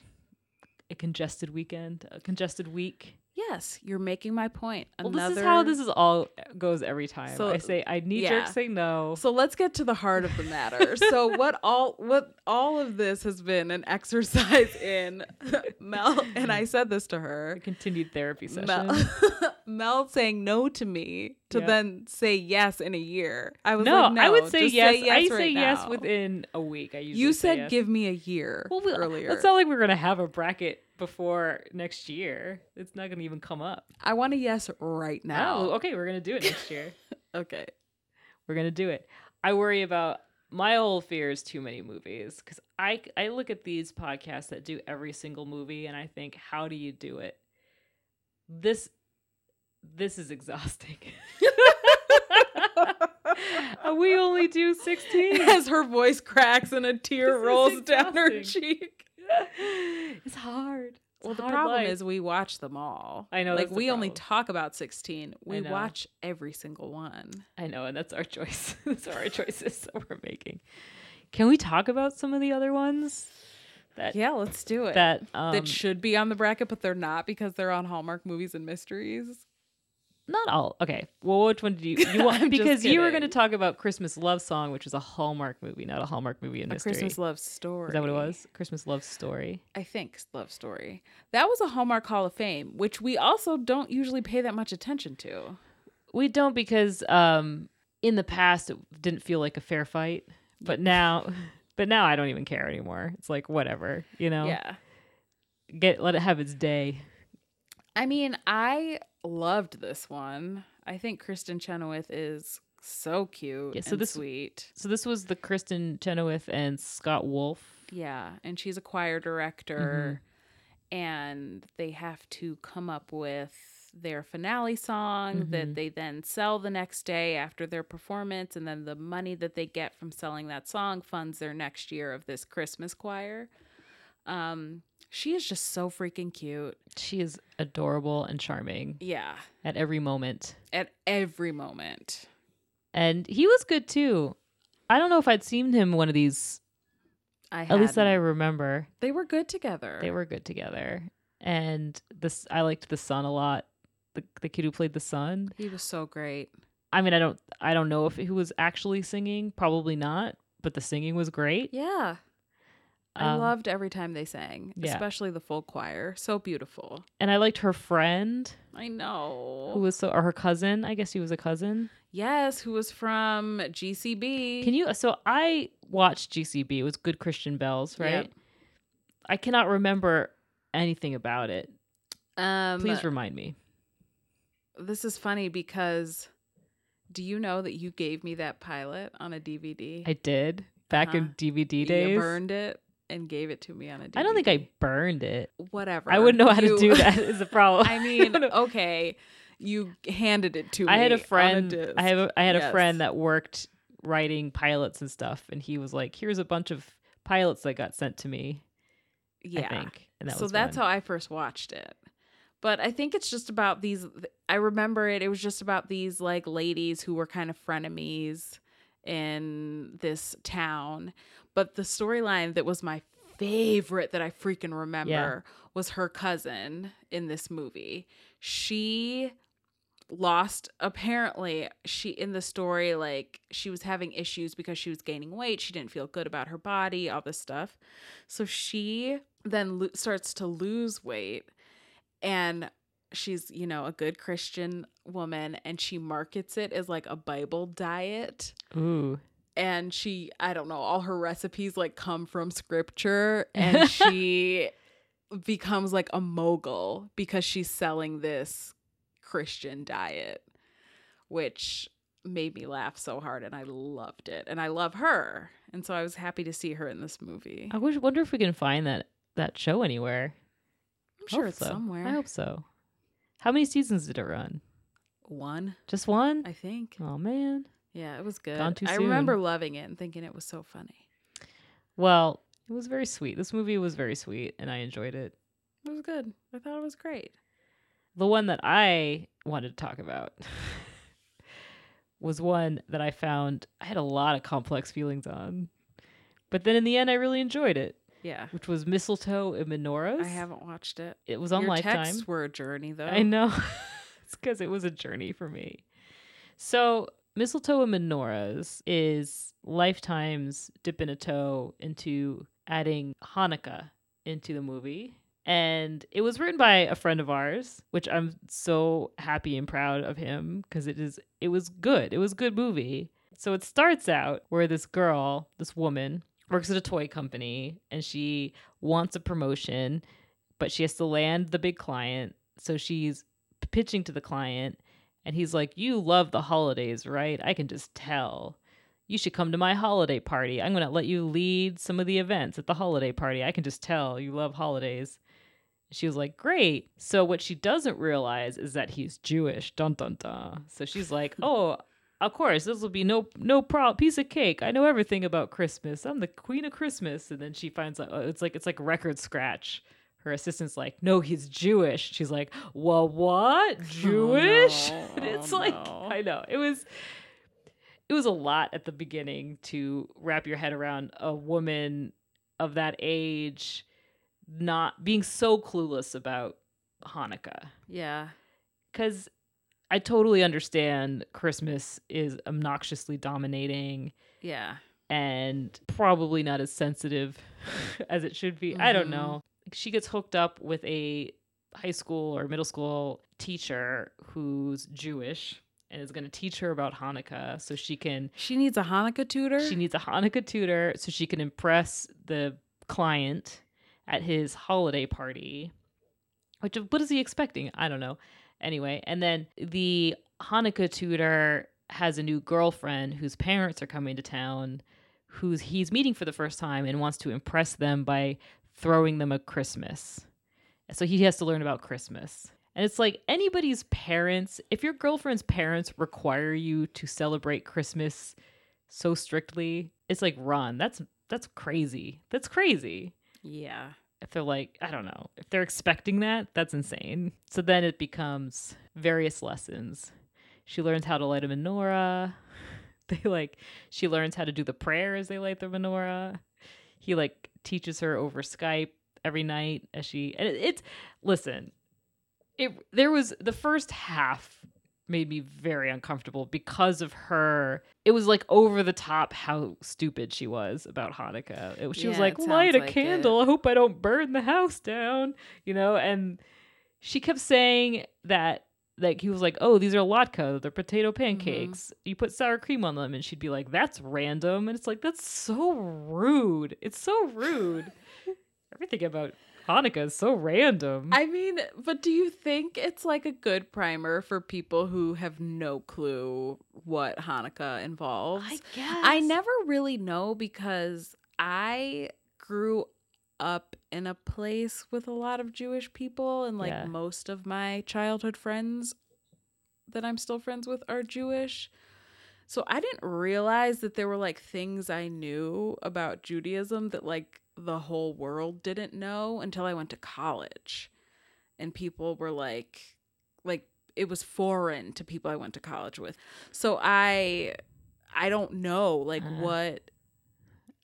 a congested weekend, a congested week. Yes, you're making my point. Well, Another, this is how this is all eh, goes every time. So- I say I knee jerk yeah. say no. So let's get to the heart of the matter. so what all what all of this has been an exercise in Mel and I said this to A her. continued therapy session. Mel, Mel saying no to me to Yeah. then say yes in a year. I was no, like, no, I would say just yes. I right say yes now." within a week. I usually You say said yes. give me a year well, we, uh, earlier. It's not like we're gonna have a bracket before next year. It's not gonna even come up. I want a yes right Oh, now. okay, we're gonna do it next year. Okay. we're gonna do it. I worry about my whole fear is too many movies because I I look at these podcasts that do every single movie and I think how do you do it? This this is exhausting. we only do sixteen. As her voice cracks and a tear This is rolls down her exhausting. cheek. it's hard. It's Well, the hard problem life. is we watch them all. I know, Like that's the we only problem. talk about sixteen. We know. watch every single one. I know, and that's our choice. Those are our choices that we're making. Can we talk about some of the other ones that Yeah, let's do it. that um, that should be on the bracket, but they're not because they're on Hallmark movies and mysteries. Not all. Okay. Well, which one did you you want? I'm just because you were going to kidding. talk about Christmas Love Song, which is a Hallmark movie, not a Hallmark movie in A mystery. Christmas love story. is that what it was? Christmas Love Story. I think love story. That was a Hallmark Hall of Fame, which we also don't usually pay that much attention to. We don't because um in the past it didn't feel like a fair fight, but now but now I don't even care anymore. It's like whatever, you know. Yeah. Get let it have its day. I mean, I loved this one. I think Kristen Chenoweth is so cute Yeah, so and this- sweet. So this was the Kristen Chenoweth and Scott Wolf. Yeah, and she's a choir director, Mm-hmm. and they have to come up with their finale song Mm-hmm. that they then sell the next day after their performance, and then the money that they get from selling that song funds their next year of this Christmas choir. Um, she is just so freaking cute. She is adorable and charming Yeah, at every moment. at every moment. and he was good too. I don't know if I'd seen him one of these, I at least that I hadn't. remember. they were good together. They were good together, and this I liked the son a lot. The the kid who played the son. He was so great. I mean, I don't I don't know if he was actually singing. Probably not, but the singing was great. Yeah. I Um, loved every time they sang, yeah. especially the full choir. So beautiful. And I liked her friend I know. who was so or her cousin. I guess he was a cousin. yes, who was from GCB. Can you? So I watched GCB. It was Good Christian Bells, right? Yep. I cannot remember anything about it. um Please remind me. this is funny because do you know that you gave me that pilot on a DVD? I did back in Uh-huh. DVD You days. burned it and gave it to me on a DVD. I don't think I burned it. whatever. I wouldn't know how You- to do that. Is the problem. I mean, don't know. okay. You handed it to me. I had a on friend. disc. I have. A, I had a Yes. friend that worked writing pilots and stuff, and he was like, "Here's a bunch of pilots that got sent to me." yeah. I think, and that so was that's fun. how I first watched it. But I think it's just about these. I remember it. It was just about these like ladies who were kind of frenemies in this town. But the storyline that was my favorite that I freaking remember was her cousin in this movie. She lost apparently she in the story like she was having issues because she was gaining weight she didn't feel good about her body all this stuff so she then lo- starts to lose weight and she's, you know, a good Christian woman and she markets it as like a Bible diet. Ooh, And she, I don't know, all her recipes like come from scripture and she becomes like a mogul because she's selling this Christian diet, which made me laugh so hard and I loved it. And I love her. And so I was happy to see her in this movie. I wish, wonder if we can find that that show anywhere. I'm sure Hope it's so. somewhere. I hope so. How many seasons did it run? One, Just one? I think. Oh man. Yeah, it was good. Gone too I soon. remember loving it and thinking it was so funny. Well, it was very sweet. This movie was very sweet, and I enjoyed it. It was good. I thought it was great. The one that I wanted to talk about was one that I found I had a lot of complex feelings on. But then in the end, I really enjoyed it, Yeah. which was Mistletoe and Menorahs. I haven't watched it. It was on Your Lifetime. texts were a journey, though. I know. it's because it was a journey for me. So, Mistletoe and Menorahs is Lifetime's dip in a toe into adding Hanukkah into the movie. And it was written by a friend of ours, which I'm so happy and proud of him because it is it was good. It was a good movie. So it starts out where this girl, this woman, works at a toy company and she wants a promotion but she has to land the big client. So she's p- pitching to the client, and he's like, You love the holidays, right? I can just tell. You should come to my holiday party. I'm going to let you lead some of the events at the holiday party. I can just tell you love holidays. She was like, Great. So what she doesn't realize is that he's Jewish. Dun dun dun. So she's like, Oh, of course, this will be no no problem. Piece of cake. I know everything about Christmas. I'm the queen of Christmas. And then she finds out oh, it's like it's like record scratch her assistant's like, "No, he's Jewish." She's like, "Well, what? Jewish?" Oh, no. and it's Oh, like, no. I know it was, it was a lot at the beginning to wrap your head around a woman of that age not being so clueless about Hanukkah Yeah. because I totally understand Christmas is obnoxiously dominating Yeah. and probably not as sensitive as it should be. I don't Mhm. know. She gets hooked up with a high school or middle school teacher who's Jewish and is going to teach her about Hanukkah so she can She needs a Hanukkah tutor. she needs a Hanukkah tutor so she can impress the client at his holiday party. Which uh, what is he expecting? I don't know. Anyway, and then the Hanukkah tutor has a new girlfriend whose parents are coming to town, who he's meeting for the first time and wants to impress them by throwing them a Christmas. So he has to learn about Christmas. And it's like anybody's parents, if your girlfriend's parents require you to celebrate Christmas so strictly, it's like run. That's that's crazy. That's crazy. yeah. If they're like, I don't know, if they're expecting that, that's insane. So then it becomes various lessons. She learns how to light a menorah. They like she learns how to do the prayer as they light the menorah. He like teaches her over Skype every night as she and it, it's listen. It there was the first half made me very uncomfortable because of her. It was like over the top how stupid she was about Hanukkah. It, she was Yeah, like, it sounds light a like it. candle. I hope I don't burn the house down, you know? And she kept saying that, like, he was like, oh, these are latke. They're potato pancakes. You put sour cream on them. And she'd be like, that's random. And it's like, that's so rude. It's so rude. Everything about Hanukkah is so random. I mean, but do you think it's like a good primer for people who have no clue what Hanukkah involves? guess. I never really know because I grew up in a place with a lot of Jewish people, and like Yeah. most of my childhood friends that I'm still friends with are Jewish. So I didn't realize that there were like things I knew about Judaism that like the whole world didn't know until I went to college. And people were like like it was foreign to people I went to college with. So I I don't know like Uh, what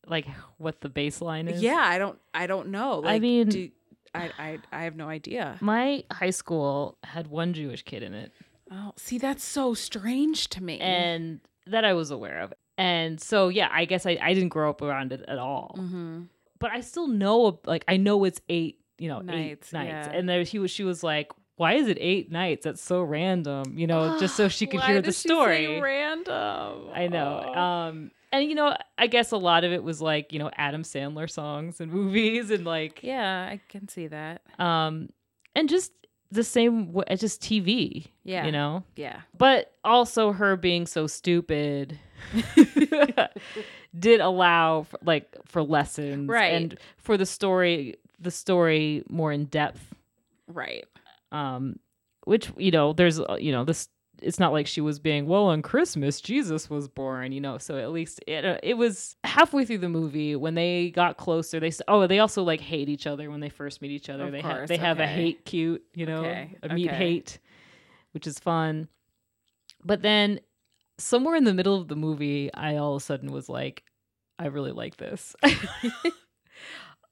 like what the baseline is. Yeah, I don't I don't know. I Like mean- do, I I I have no idea. My high school had one Jewish kid in it, Oh, see that's so strange to me. and that I was aware of. And so, yeah, I guess I, I didn't grow up around it at all. hmm But I still know, like, I know it's eight, you know, Nights, eight nights. yeah. And there she was, she was like, why is it eight nights? That's so random, you know, just so she could hear the story. random. Oh. I know. Um, and you know, I guess a lot of it was like you know Adam Sandler songs and movies and like Yeah, I can see that. um, and just the same w- it's just TV. Yeah. you know. yeah. But also her being so stupid did allow for, like for lessons Right. and for the story the story more in depth Right. um which you know there's uh, you know this it's not like she was being well on christmas jesus was born you know so at least it uh, it was halfway through the movie when they got closer they s- oh they also like hate each other when they first meet each other Of they course, they have a okay. hate cute you know Okay, a meet okay. hate which is fun but then somewhere in the middle of the movie i all of a sudden was like i really like this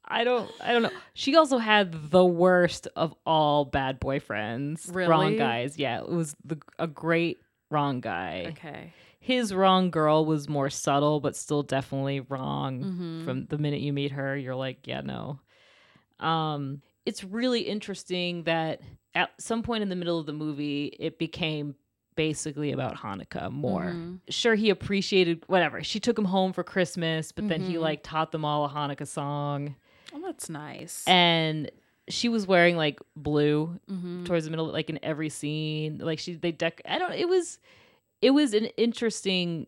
I don't I don't know. She also had the worst of all bad boyfriends. Wrong Really? guys. Yeah, it was the a great wrong guy. Okay. His wrong girl was more subtle but still definitely wrong Mm-hmm. from the minute you meet her. You're like, yeah, no. Um it's really interesting that at some point in the middle of the movie it became basically about Hanukkah more Mm-hmm. sure he appreciated whatever she took him home for christmas but then he Mhm. like taught them all a hanukkah song Oh, that's nice. and she was wearing like blue Mhm. towards the middle like in every scene like she they dec i don't it was it was an interesting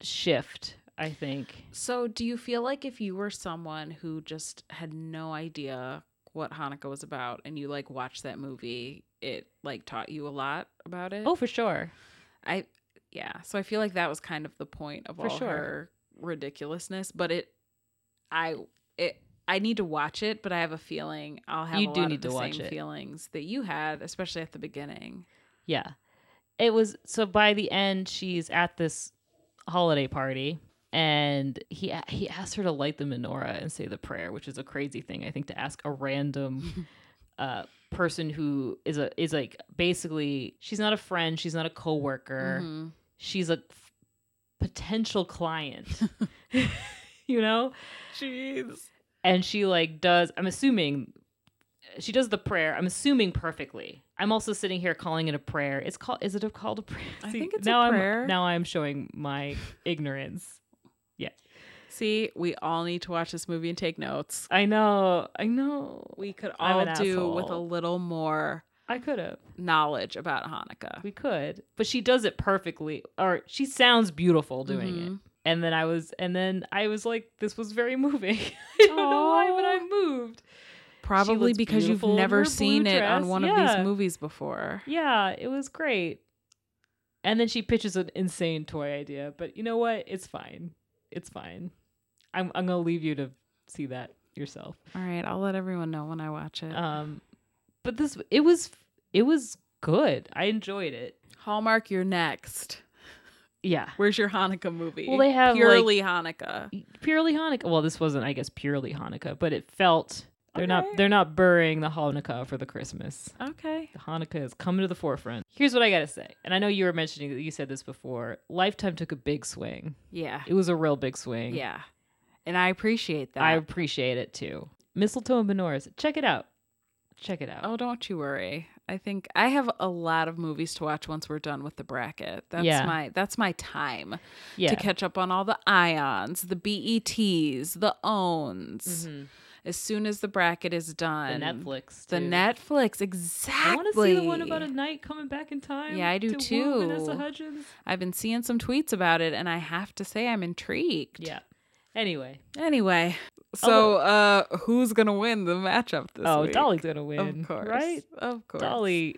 shift i think So, do you feel like if you were someone who just had no idea what Hanukkah was about and you like watched that movie, it like taught you a lot about it? oh for sure I yeah. So I feel like that was kind of the point of For all sure. her ridiculousness, but it I it I need to watch it, but I have a feeling I'll have You a do lot need of the to watch same it. feelings that you had, especially at the beginning. yeah it was so by the end she's at this holiday party and he a- he asked her to light the menorah and say the prayer which is a crazy thing i think to ask a random uh person who is a is like basically she's not a friend she's not a coworker Mhm. she's a f- potential client you know Jeez. and she like does i'm assuming she does the prayer i'm assuming perfectly i'm also sitting here calling it a prayer it's called is it a, called a prayer I think it's a now prayer. i'm now i'm showing my ignorance See, we all need to watch this movie and take notes. i know i know We could I'm all an do with a asshole. little more i could have knowledge about Hanukkah. we could but she does it perfectly or she sounds beautiful doing it Mhm. and then i was and then i was like this was very moving i don't know why but i moved Probably looks because you've beautiful in her never blue seen it on dress. one of Yeah. these movies before. Yeah, it was great. And then she pitches an insane toy idea, but you know what? It's fine. It's fine. I'm I'm gonna leave you to see that yourself. All right, I'll let everyone know when I watch it. Um, but this it was it was good. I enjoyed it. Hallmark, you're next. Yeah, Where's your Hanukkah movie? Well, they have, purely Hanukkah. purely Hanukkah. Well, this wasn't, I guess, purely Hanukkah, but it felt they're Okay. not they're not burying the Hanukkah for the Christmas. Okay. Hanukkah is coming to the forefront. Here's what I gotta say, and I know you were mentioning that you said this before. Lifetime took a big swing. Yeah. It was a real big swing. Yeah. And I appreciate that. I appreciate it too. Mistletoe and menorahs. Check it out. Check it out. oh, don't you worry. I think I have a lot of movies to watch once we're done with the bracket. That's Yeah. my that's my time yeah. to catch up on all the ions, the BETs, the owns. Mhm. As soon as the bracket is The done. Netflix. The too. Netflix, exactly. I want to see the one about a knight coming back in time. Yeah, I do to woo too. Vanessa Hudgens. I've been seeing some tweets about it, and I have to say I'm intrigued. Yeah. Anyway. Anyway, so uh who's gonna win the matchup this oh, week? Dolly's gonna win. Of course. Right? Of course. Dolly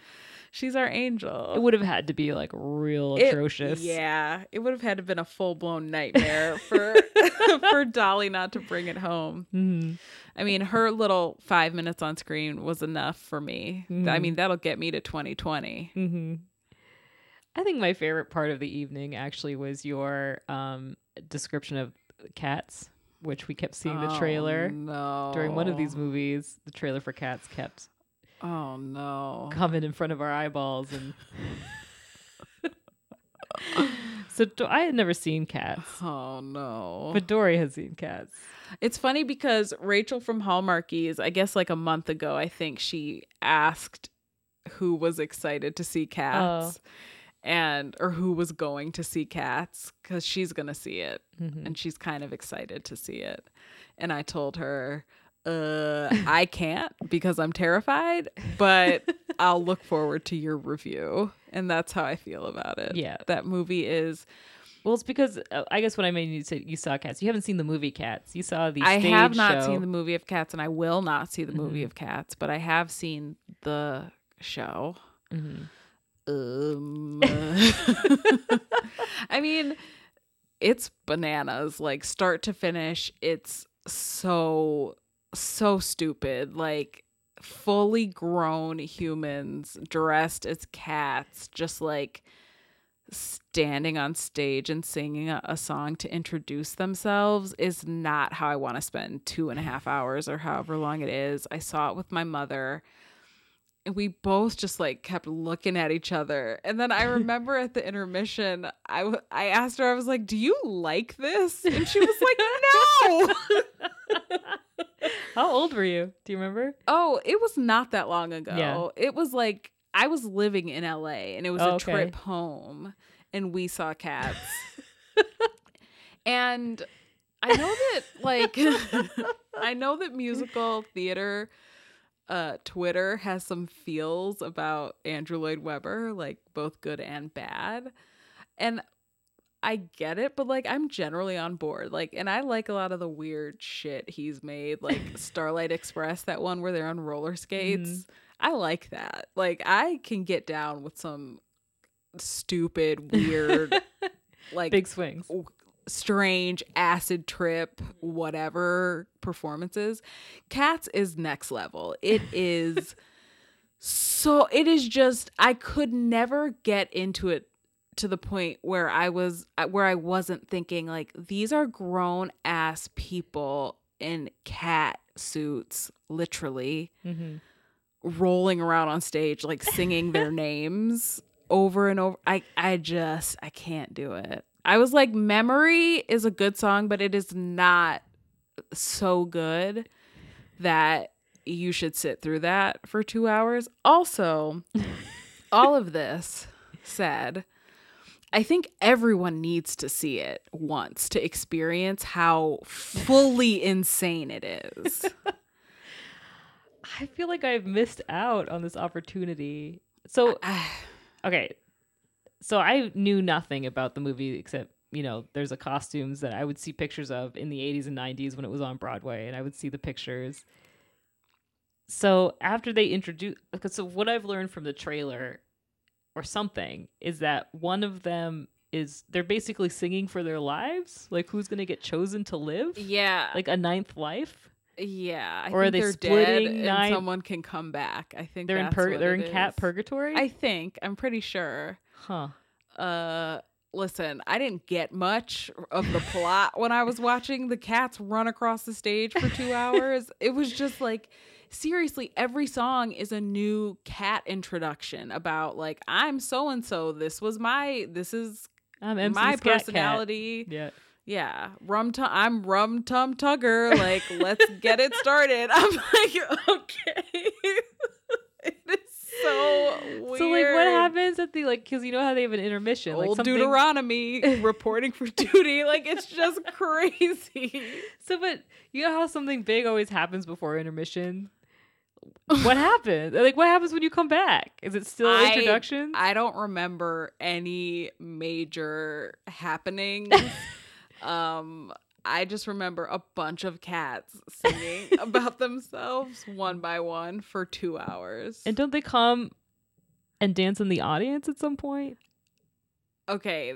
She's our angel. It would have had to be like real It- atrocious. Yeah, it would have had to been a full blown nightmare for for Dolly not to bring it home. Mhm. I mean, her little five minutes on screen was enough for me. Th- I Mhm. mean, that'll get me to 2020. Mm-hmm. I think my favorite part of the evening actually was your um, description of cats, which we kept seeing the Oh, trailer no. during one of these movies. The trailer for cats kept Oh no. coming in front of our eyeballs, and so Do- I had never seen cats, Oh no. but Dory has seen cats. It's funny because Rachel from Hallmarkies, I guess like a month ago, I think she asked who was excited to see cats Oh. and or who was going to see cats because she's going to see it Mhm. and she's kind of excited to see it. And I told her, uh, I can't because I'm terrified, but I'll look forward to your review. And that's how I feel about it. Yeah. That movie is, Well, it's because uh, I guess what I mean you said you saw cats. You haven't seen the movie Cats. You saw the. I stage have not show. Mm-hmm. seen the movie of cats and I will not see the movie of cats, but I have seen the show. Mhm. Um, I mean, it's bananas. Like start to finish, it's so so stupid. Like fully grown humans dressed as cats, just like standing on stage and singing a, a song to introduce themselves is not how I want to spend two and a half hours or however long it is. I saw it with my mother and we both just like kept looking at each other. And then I remember at the intermission, I w- I asked her, I was like, "Do you like this?" And she was like, "No." Mm-hmm. How old were you? Do you remember? oh, it was not that long ago. Yeah. It was like I was living in LA, and it was Oh, a okay. trip home, and we saw cats. and I know that like I know that musical theater uh Twitter has some feels about Andrew Lloyd Webber, like both good and bad. And I get it, but like I'm generally on board. Like and I like a lot of the weird shit he's made, like Starlight Express, that one where they're on roller skates. I like that. Like I can get down with some stupid, weird, like Big swings. strange acid trip whatever performances cats is next level it is so it is just i could never get into it to the point where i was uh, where i wasn't thinking like these are grown ass people in cat suits literally Mm-hmm. rolling around on stage like singing their names over and over i i just i can't do it i was like memory is a good song but it is not so good that you should sit through that for 2 hours also all of this said I think everyone needs to see it once to experience how fully insane it is. I feel like I've missed out on this opportunity. So, okay. So I knew nothing about the movie except, you know, there's a costumes that I would see pictures of in the 80s and 90s when it was on Broadway and I would see the pictures. So, after they introduce so what I've learned from the trailer or something is that one of them is they're basically singing for their lives, like who's going to get chosen to live? yeah. Like a ninth life? Yeah, I Or are think they are splitting dead nine- and someone can come back. I think They're in that's pur- what they're in it cat is. purgatory? I think I'm pretty sure. huh. Uh, listen, I didn't get much of the plot when I was watching the cats run across the stage for two hours. it was just like. Seriously, every song is a new cat introduction about like I'm so and so. This was my this is I'm MC's my Cat Cat. personality. Yeah. Yeah, rum. Tu- I'm rum tum tugger. Like, let's get it started. I'm like, okay. it is so weird. So like, what happens at the like? Because you know how they have an intermission. Like Old something. Deuteronomy reporting for duty. Like, it's just crazy. So, but you know how something big always happens before intermission. What happens? Like, what happens when you come back? Is it still I- introduction? I don't remember any major happenings. um, I just remember a bunch of cats singing about themselves one by one for two hours. and don't they come? and dance in the audience at some point? Okay,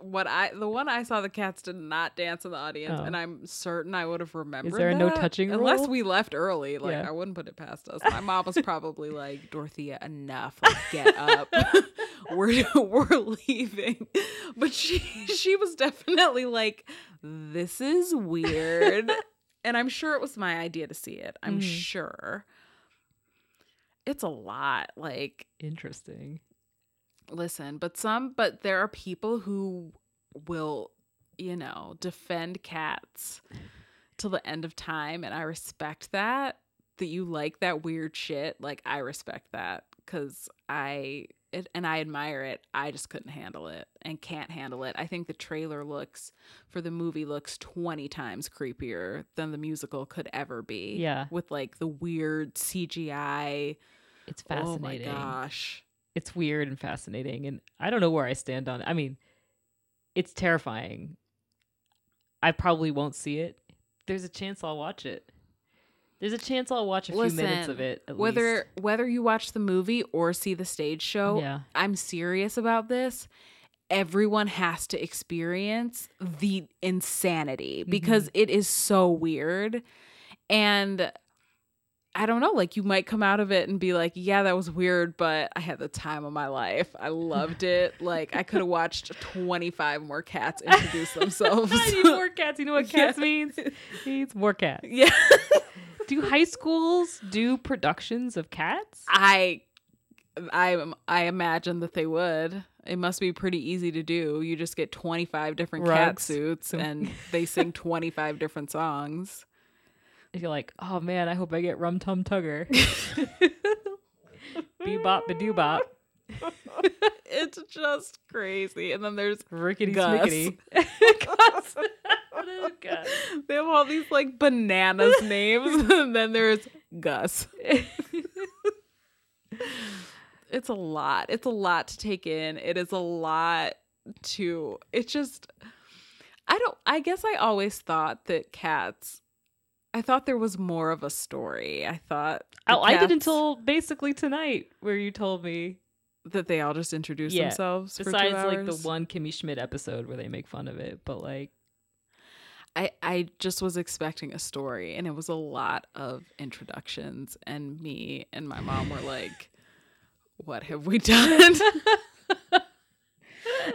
what I the one I saw the cats did not dance in the audience, Oh. and I'm certain I would have remembered. there a no that. touching unless rule? we left early? Like Yeah. I wouldn't put it past us. My mom was probably like, "Dorothea, enough! Like, get up, we're we're leaving." But she she was definitely like, "This is weird," and I'm sure it was my idea to see it. I'm Mhm. sure. It's a lot. Like Interesting. Oh listen but some but there are people who will you know defend cats till the end of time and i respect that that you like that weird shit like i respect that because i it, and i admire it i just couldn't handle it and can't handle it i think the trailer looks for the movie looks 20 times creepier than the musical could ever be Yeah. with like the weird cgi It's fascinating. fascinating oh my gosh It's weird and fascinating and I don't know where I stand on it. I mean, it's terrifying. I probably won't see it. There's a chance I'll watch it. There's a chance I'll watch a few minutes of Listen, it at whether Oh. least. whether you watch the movie or see the stage show yeah. i'm serious about this everyone has to experience the insanity Mm-hmm. because it is so weird and i don't know like you might come out of it and be like yeah that was weird but i had the time of my life i loved it like i could have watched 25 more cats introduce themselves I need more cats. You know what Yeah. cats means? Needs more cats. yeah Do high schools do productions of cats? I I I imagine that they would. It must be pretty easy to do. You just get 25 different cat Rugs. suits Some- and they sing 25 different songs. If you're like, oh man, I hope I get Rum Tum Tugger. Bebop Badoo Bop. It's just crazy. And then there's Rickety Gus. smickety. Gus. Badoo Gus. they have all these like bananas names and then there's Gus. it's a lot. It's a lot to take in. It is a lot to. It's just. I don't. I guess I always thought that cats. I thought there was more of a story. I thought. the Oh, I did cats- until basically tonight, where you told me. that they all just introduced Yeah. themselves. for two Besides, like the hours. one Kimmy Schmidt episode where they make fun of it, but like, I, I just was expecting a story and it was a lot of introductions and me and my mom were like what have we done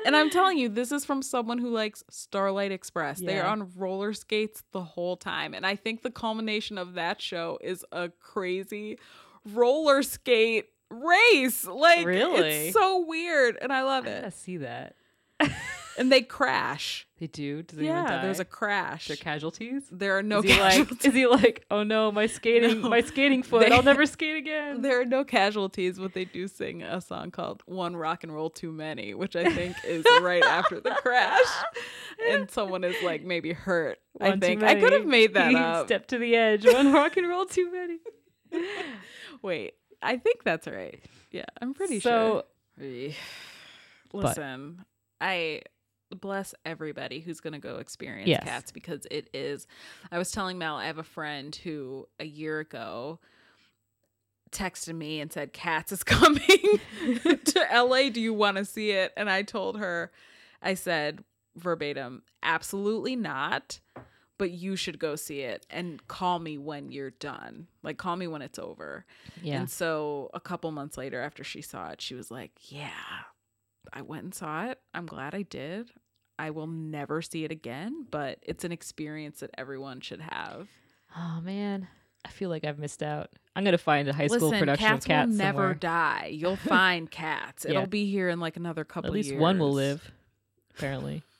and i'm telling you this is from someone who likes starlight express they're Yeah. on roller skates the whole time and i think the culmination of that show is a crazy roller skate race like Really? it's so weird and i love I gotta it see that. and they crash They do. Does anyone yeah there's die? a crash Is there casualties? there are no is he casualties. like? Is he like? Oh no, my skating, No. my skating foot. They- I'll never skate again. There are no casualties, but they do sing a song called One Rock and Roll Too Many, which I think is right after the crash. And someone is like maybe hurt. One I too think I could have many. made that He up. Step to the edge. One rock and roll too many. Wait, I think that's right. Yeah, I'm pretty so, sure. Listen, I bless everybody who's going to go experience Yes. cats because it is. I was telling Mel, I have a friend who a year ago texted me and said, Cats is coming to LA. Do you want to see it? And I told her, I said verbatim, absolutely not. But you should go see it and call me when you're done. Like, call me when it's over. yeah, And so a couple months later, after she saw it, she was like, Yeah, I went and saw it. I'm glad I did. I will never see it again, but it's an experience that everyone should have. Oh man, I feel like I've missed out. I'm gonna find a high school Listen, production cats of Cats will never somewhere. die. You'll find cats. Yeah. It'll be here in like another couple. At least one will years. live. Apparently.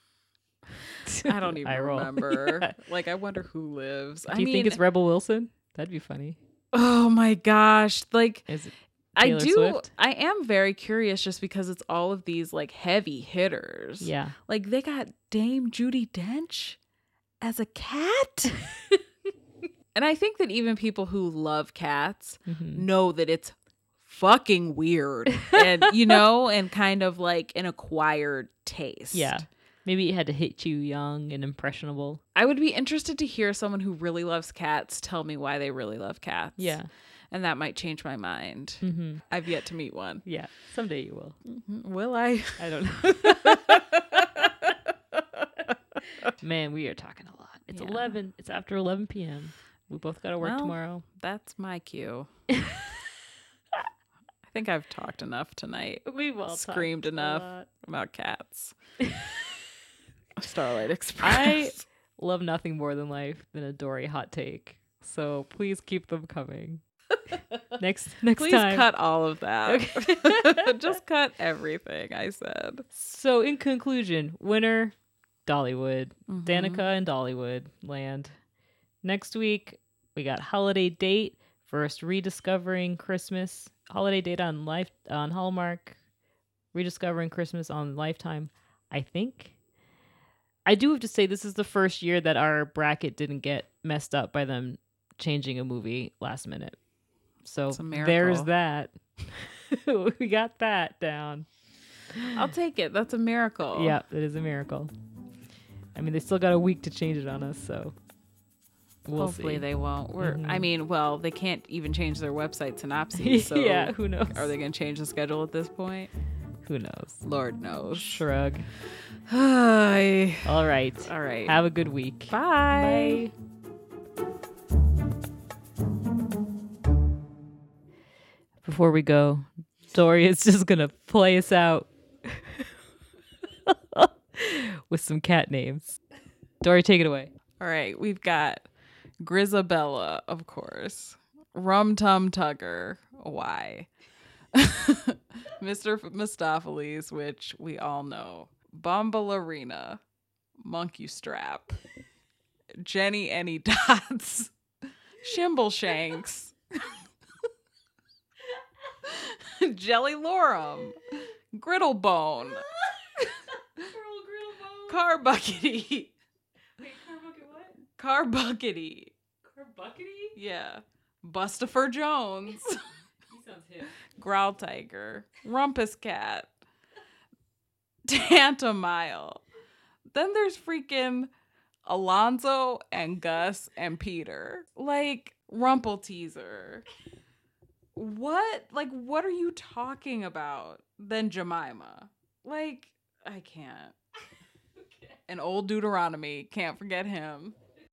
I don't even Eye roll. remember. Yeah. Like, I wonder who lives. I Do you mean, think it's Rebel Wilson? That'd be funny. oh my gosh! Like, Is it? I Taylor do. Swift? I am very curious, just because it's all of these like heavy hitters. Yeah. Like they got Dame Judy Dench as a cat. and I think that even people who love cats Mhm. know that it's fucking weird and you know and kind of like an acquired taste. Yeah. Maybe it had to hit you young and impressionable. I would be interested to hear someone who really loves cats tell me why they really love cats. and that might change my mind. Mm-hmm. I've yet to meet one. Yeah, someday you will. Mm-hmm. Will I? I don't know. Man, we are talking a lot. It's Yeah. 11. It's after 11 p.m. We both got to work Well, tomorrow. That's my cue. I think I've talked enough tonight We all talked screamed a enough. lot. about cats. Starlight Express. I love nothing more than life than a Dory hot take. So please keep them coming. next next Please time. cut all of that. Just cut everything I said. So in conclusion, winner Dollywood, Mm-hmm. Danica and Dollywood land. Next week we got holiday date first rediscovering Christmas holiday date on life on Hallmark, rediscovering Christmas on Lifetime. I think. I do have to say this is the first year that our bracket didn't get messed up by them changing a movie last minute. So It's a there's miracle. that. we got that down. I'll take it. That's a miracle. Yeah, it is a miracle. I mean, they still got a week to change it on us, so we'll Hopefully see. Mm-hmm. they won't. We're I mean, well, they can't even change their website synopses. So yeah, who knows? are they gonna change the schedule at this point? Who knows? Lord knows. Shrug. Hi. All right. All right. Have a good week. Bye. Before we go, Dory is just gonna play us out with some cat names. Dory, take it away. All right, we've got Grisabella, of course. Rum Tum Tugger, why? Mr. Mistopheles, which we all know. Bombalarina, Monkey Strap, Jenny Any Dots, Shimble Shanks, Jelly Lorum, Griddlebone, Carbuckety, Carbuckety. Yeah. Bustafer Jones. Growl Tiger. Rumpus Cat. Tantamile. Then there's freaking Alonzo and Gus and Peter. Like Rumple Teaser. What? Like, what are you talking about? Then Jemima. Like, I can't. An old Deuteronomy. Can't forget him.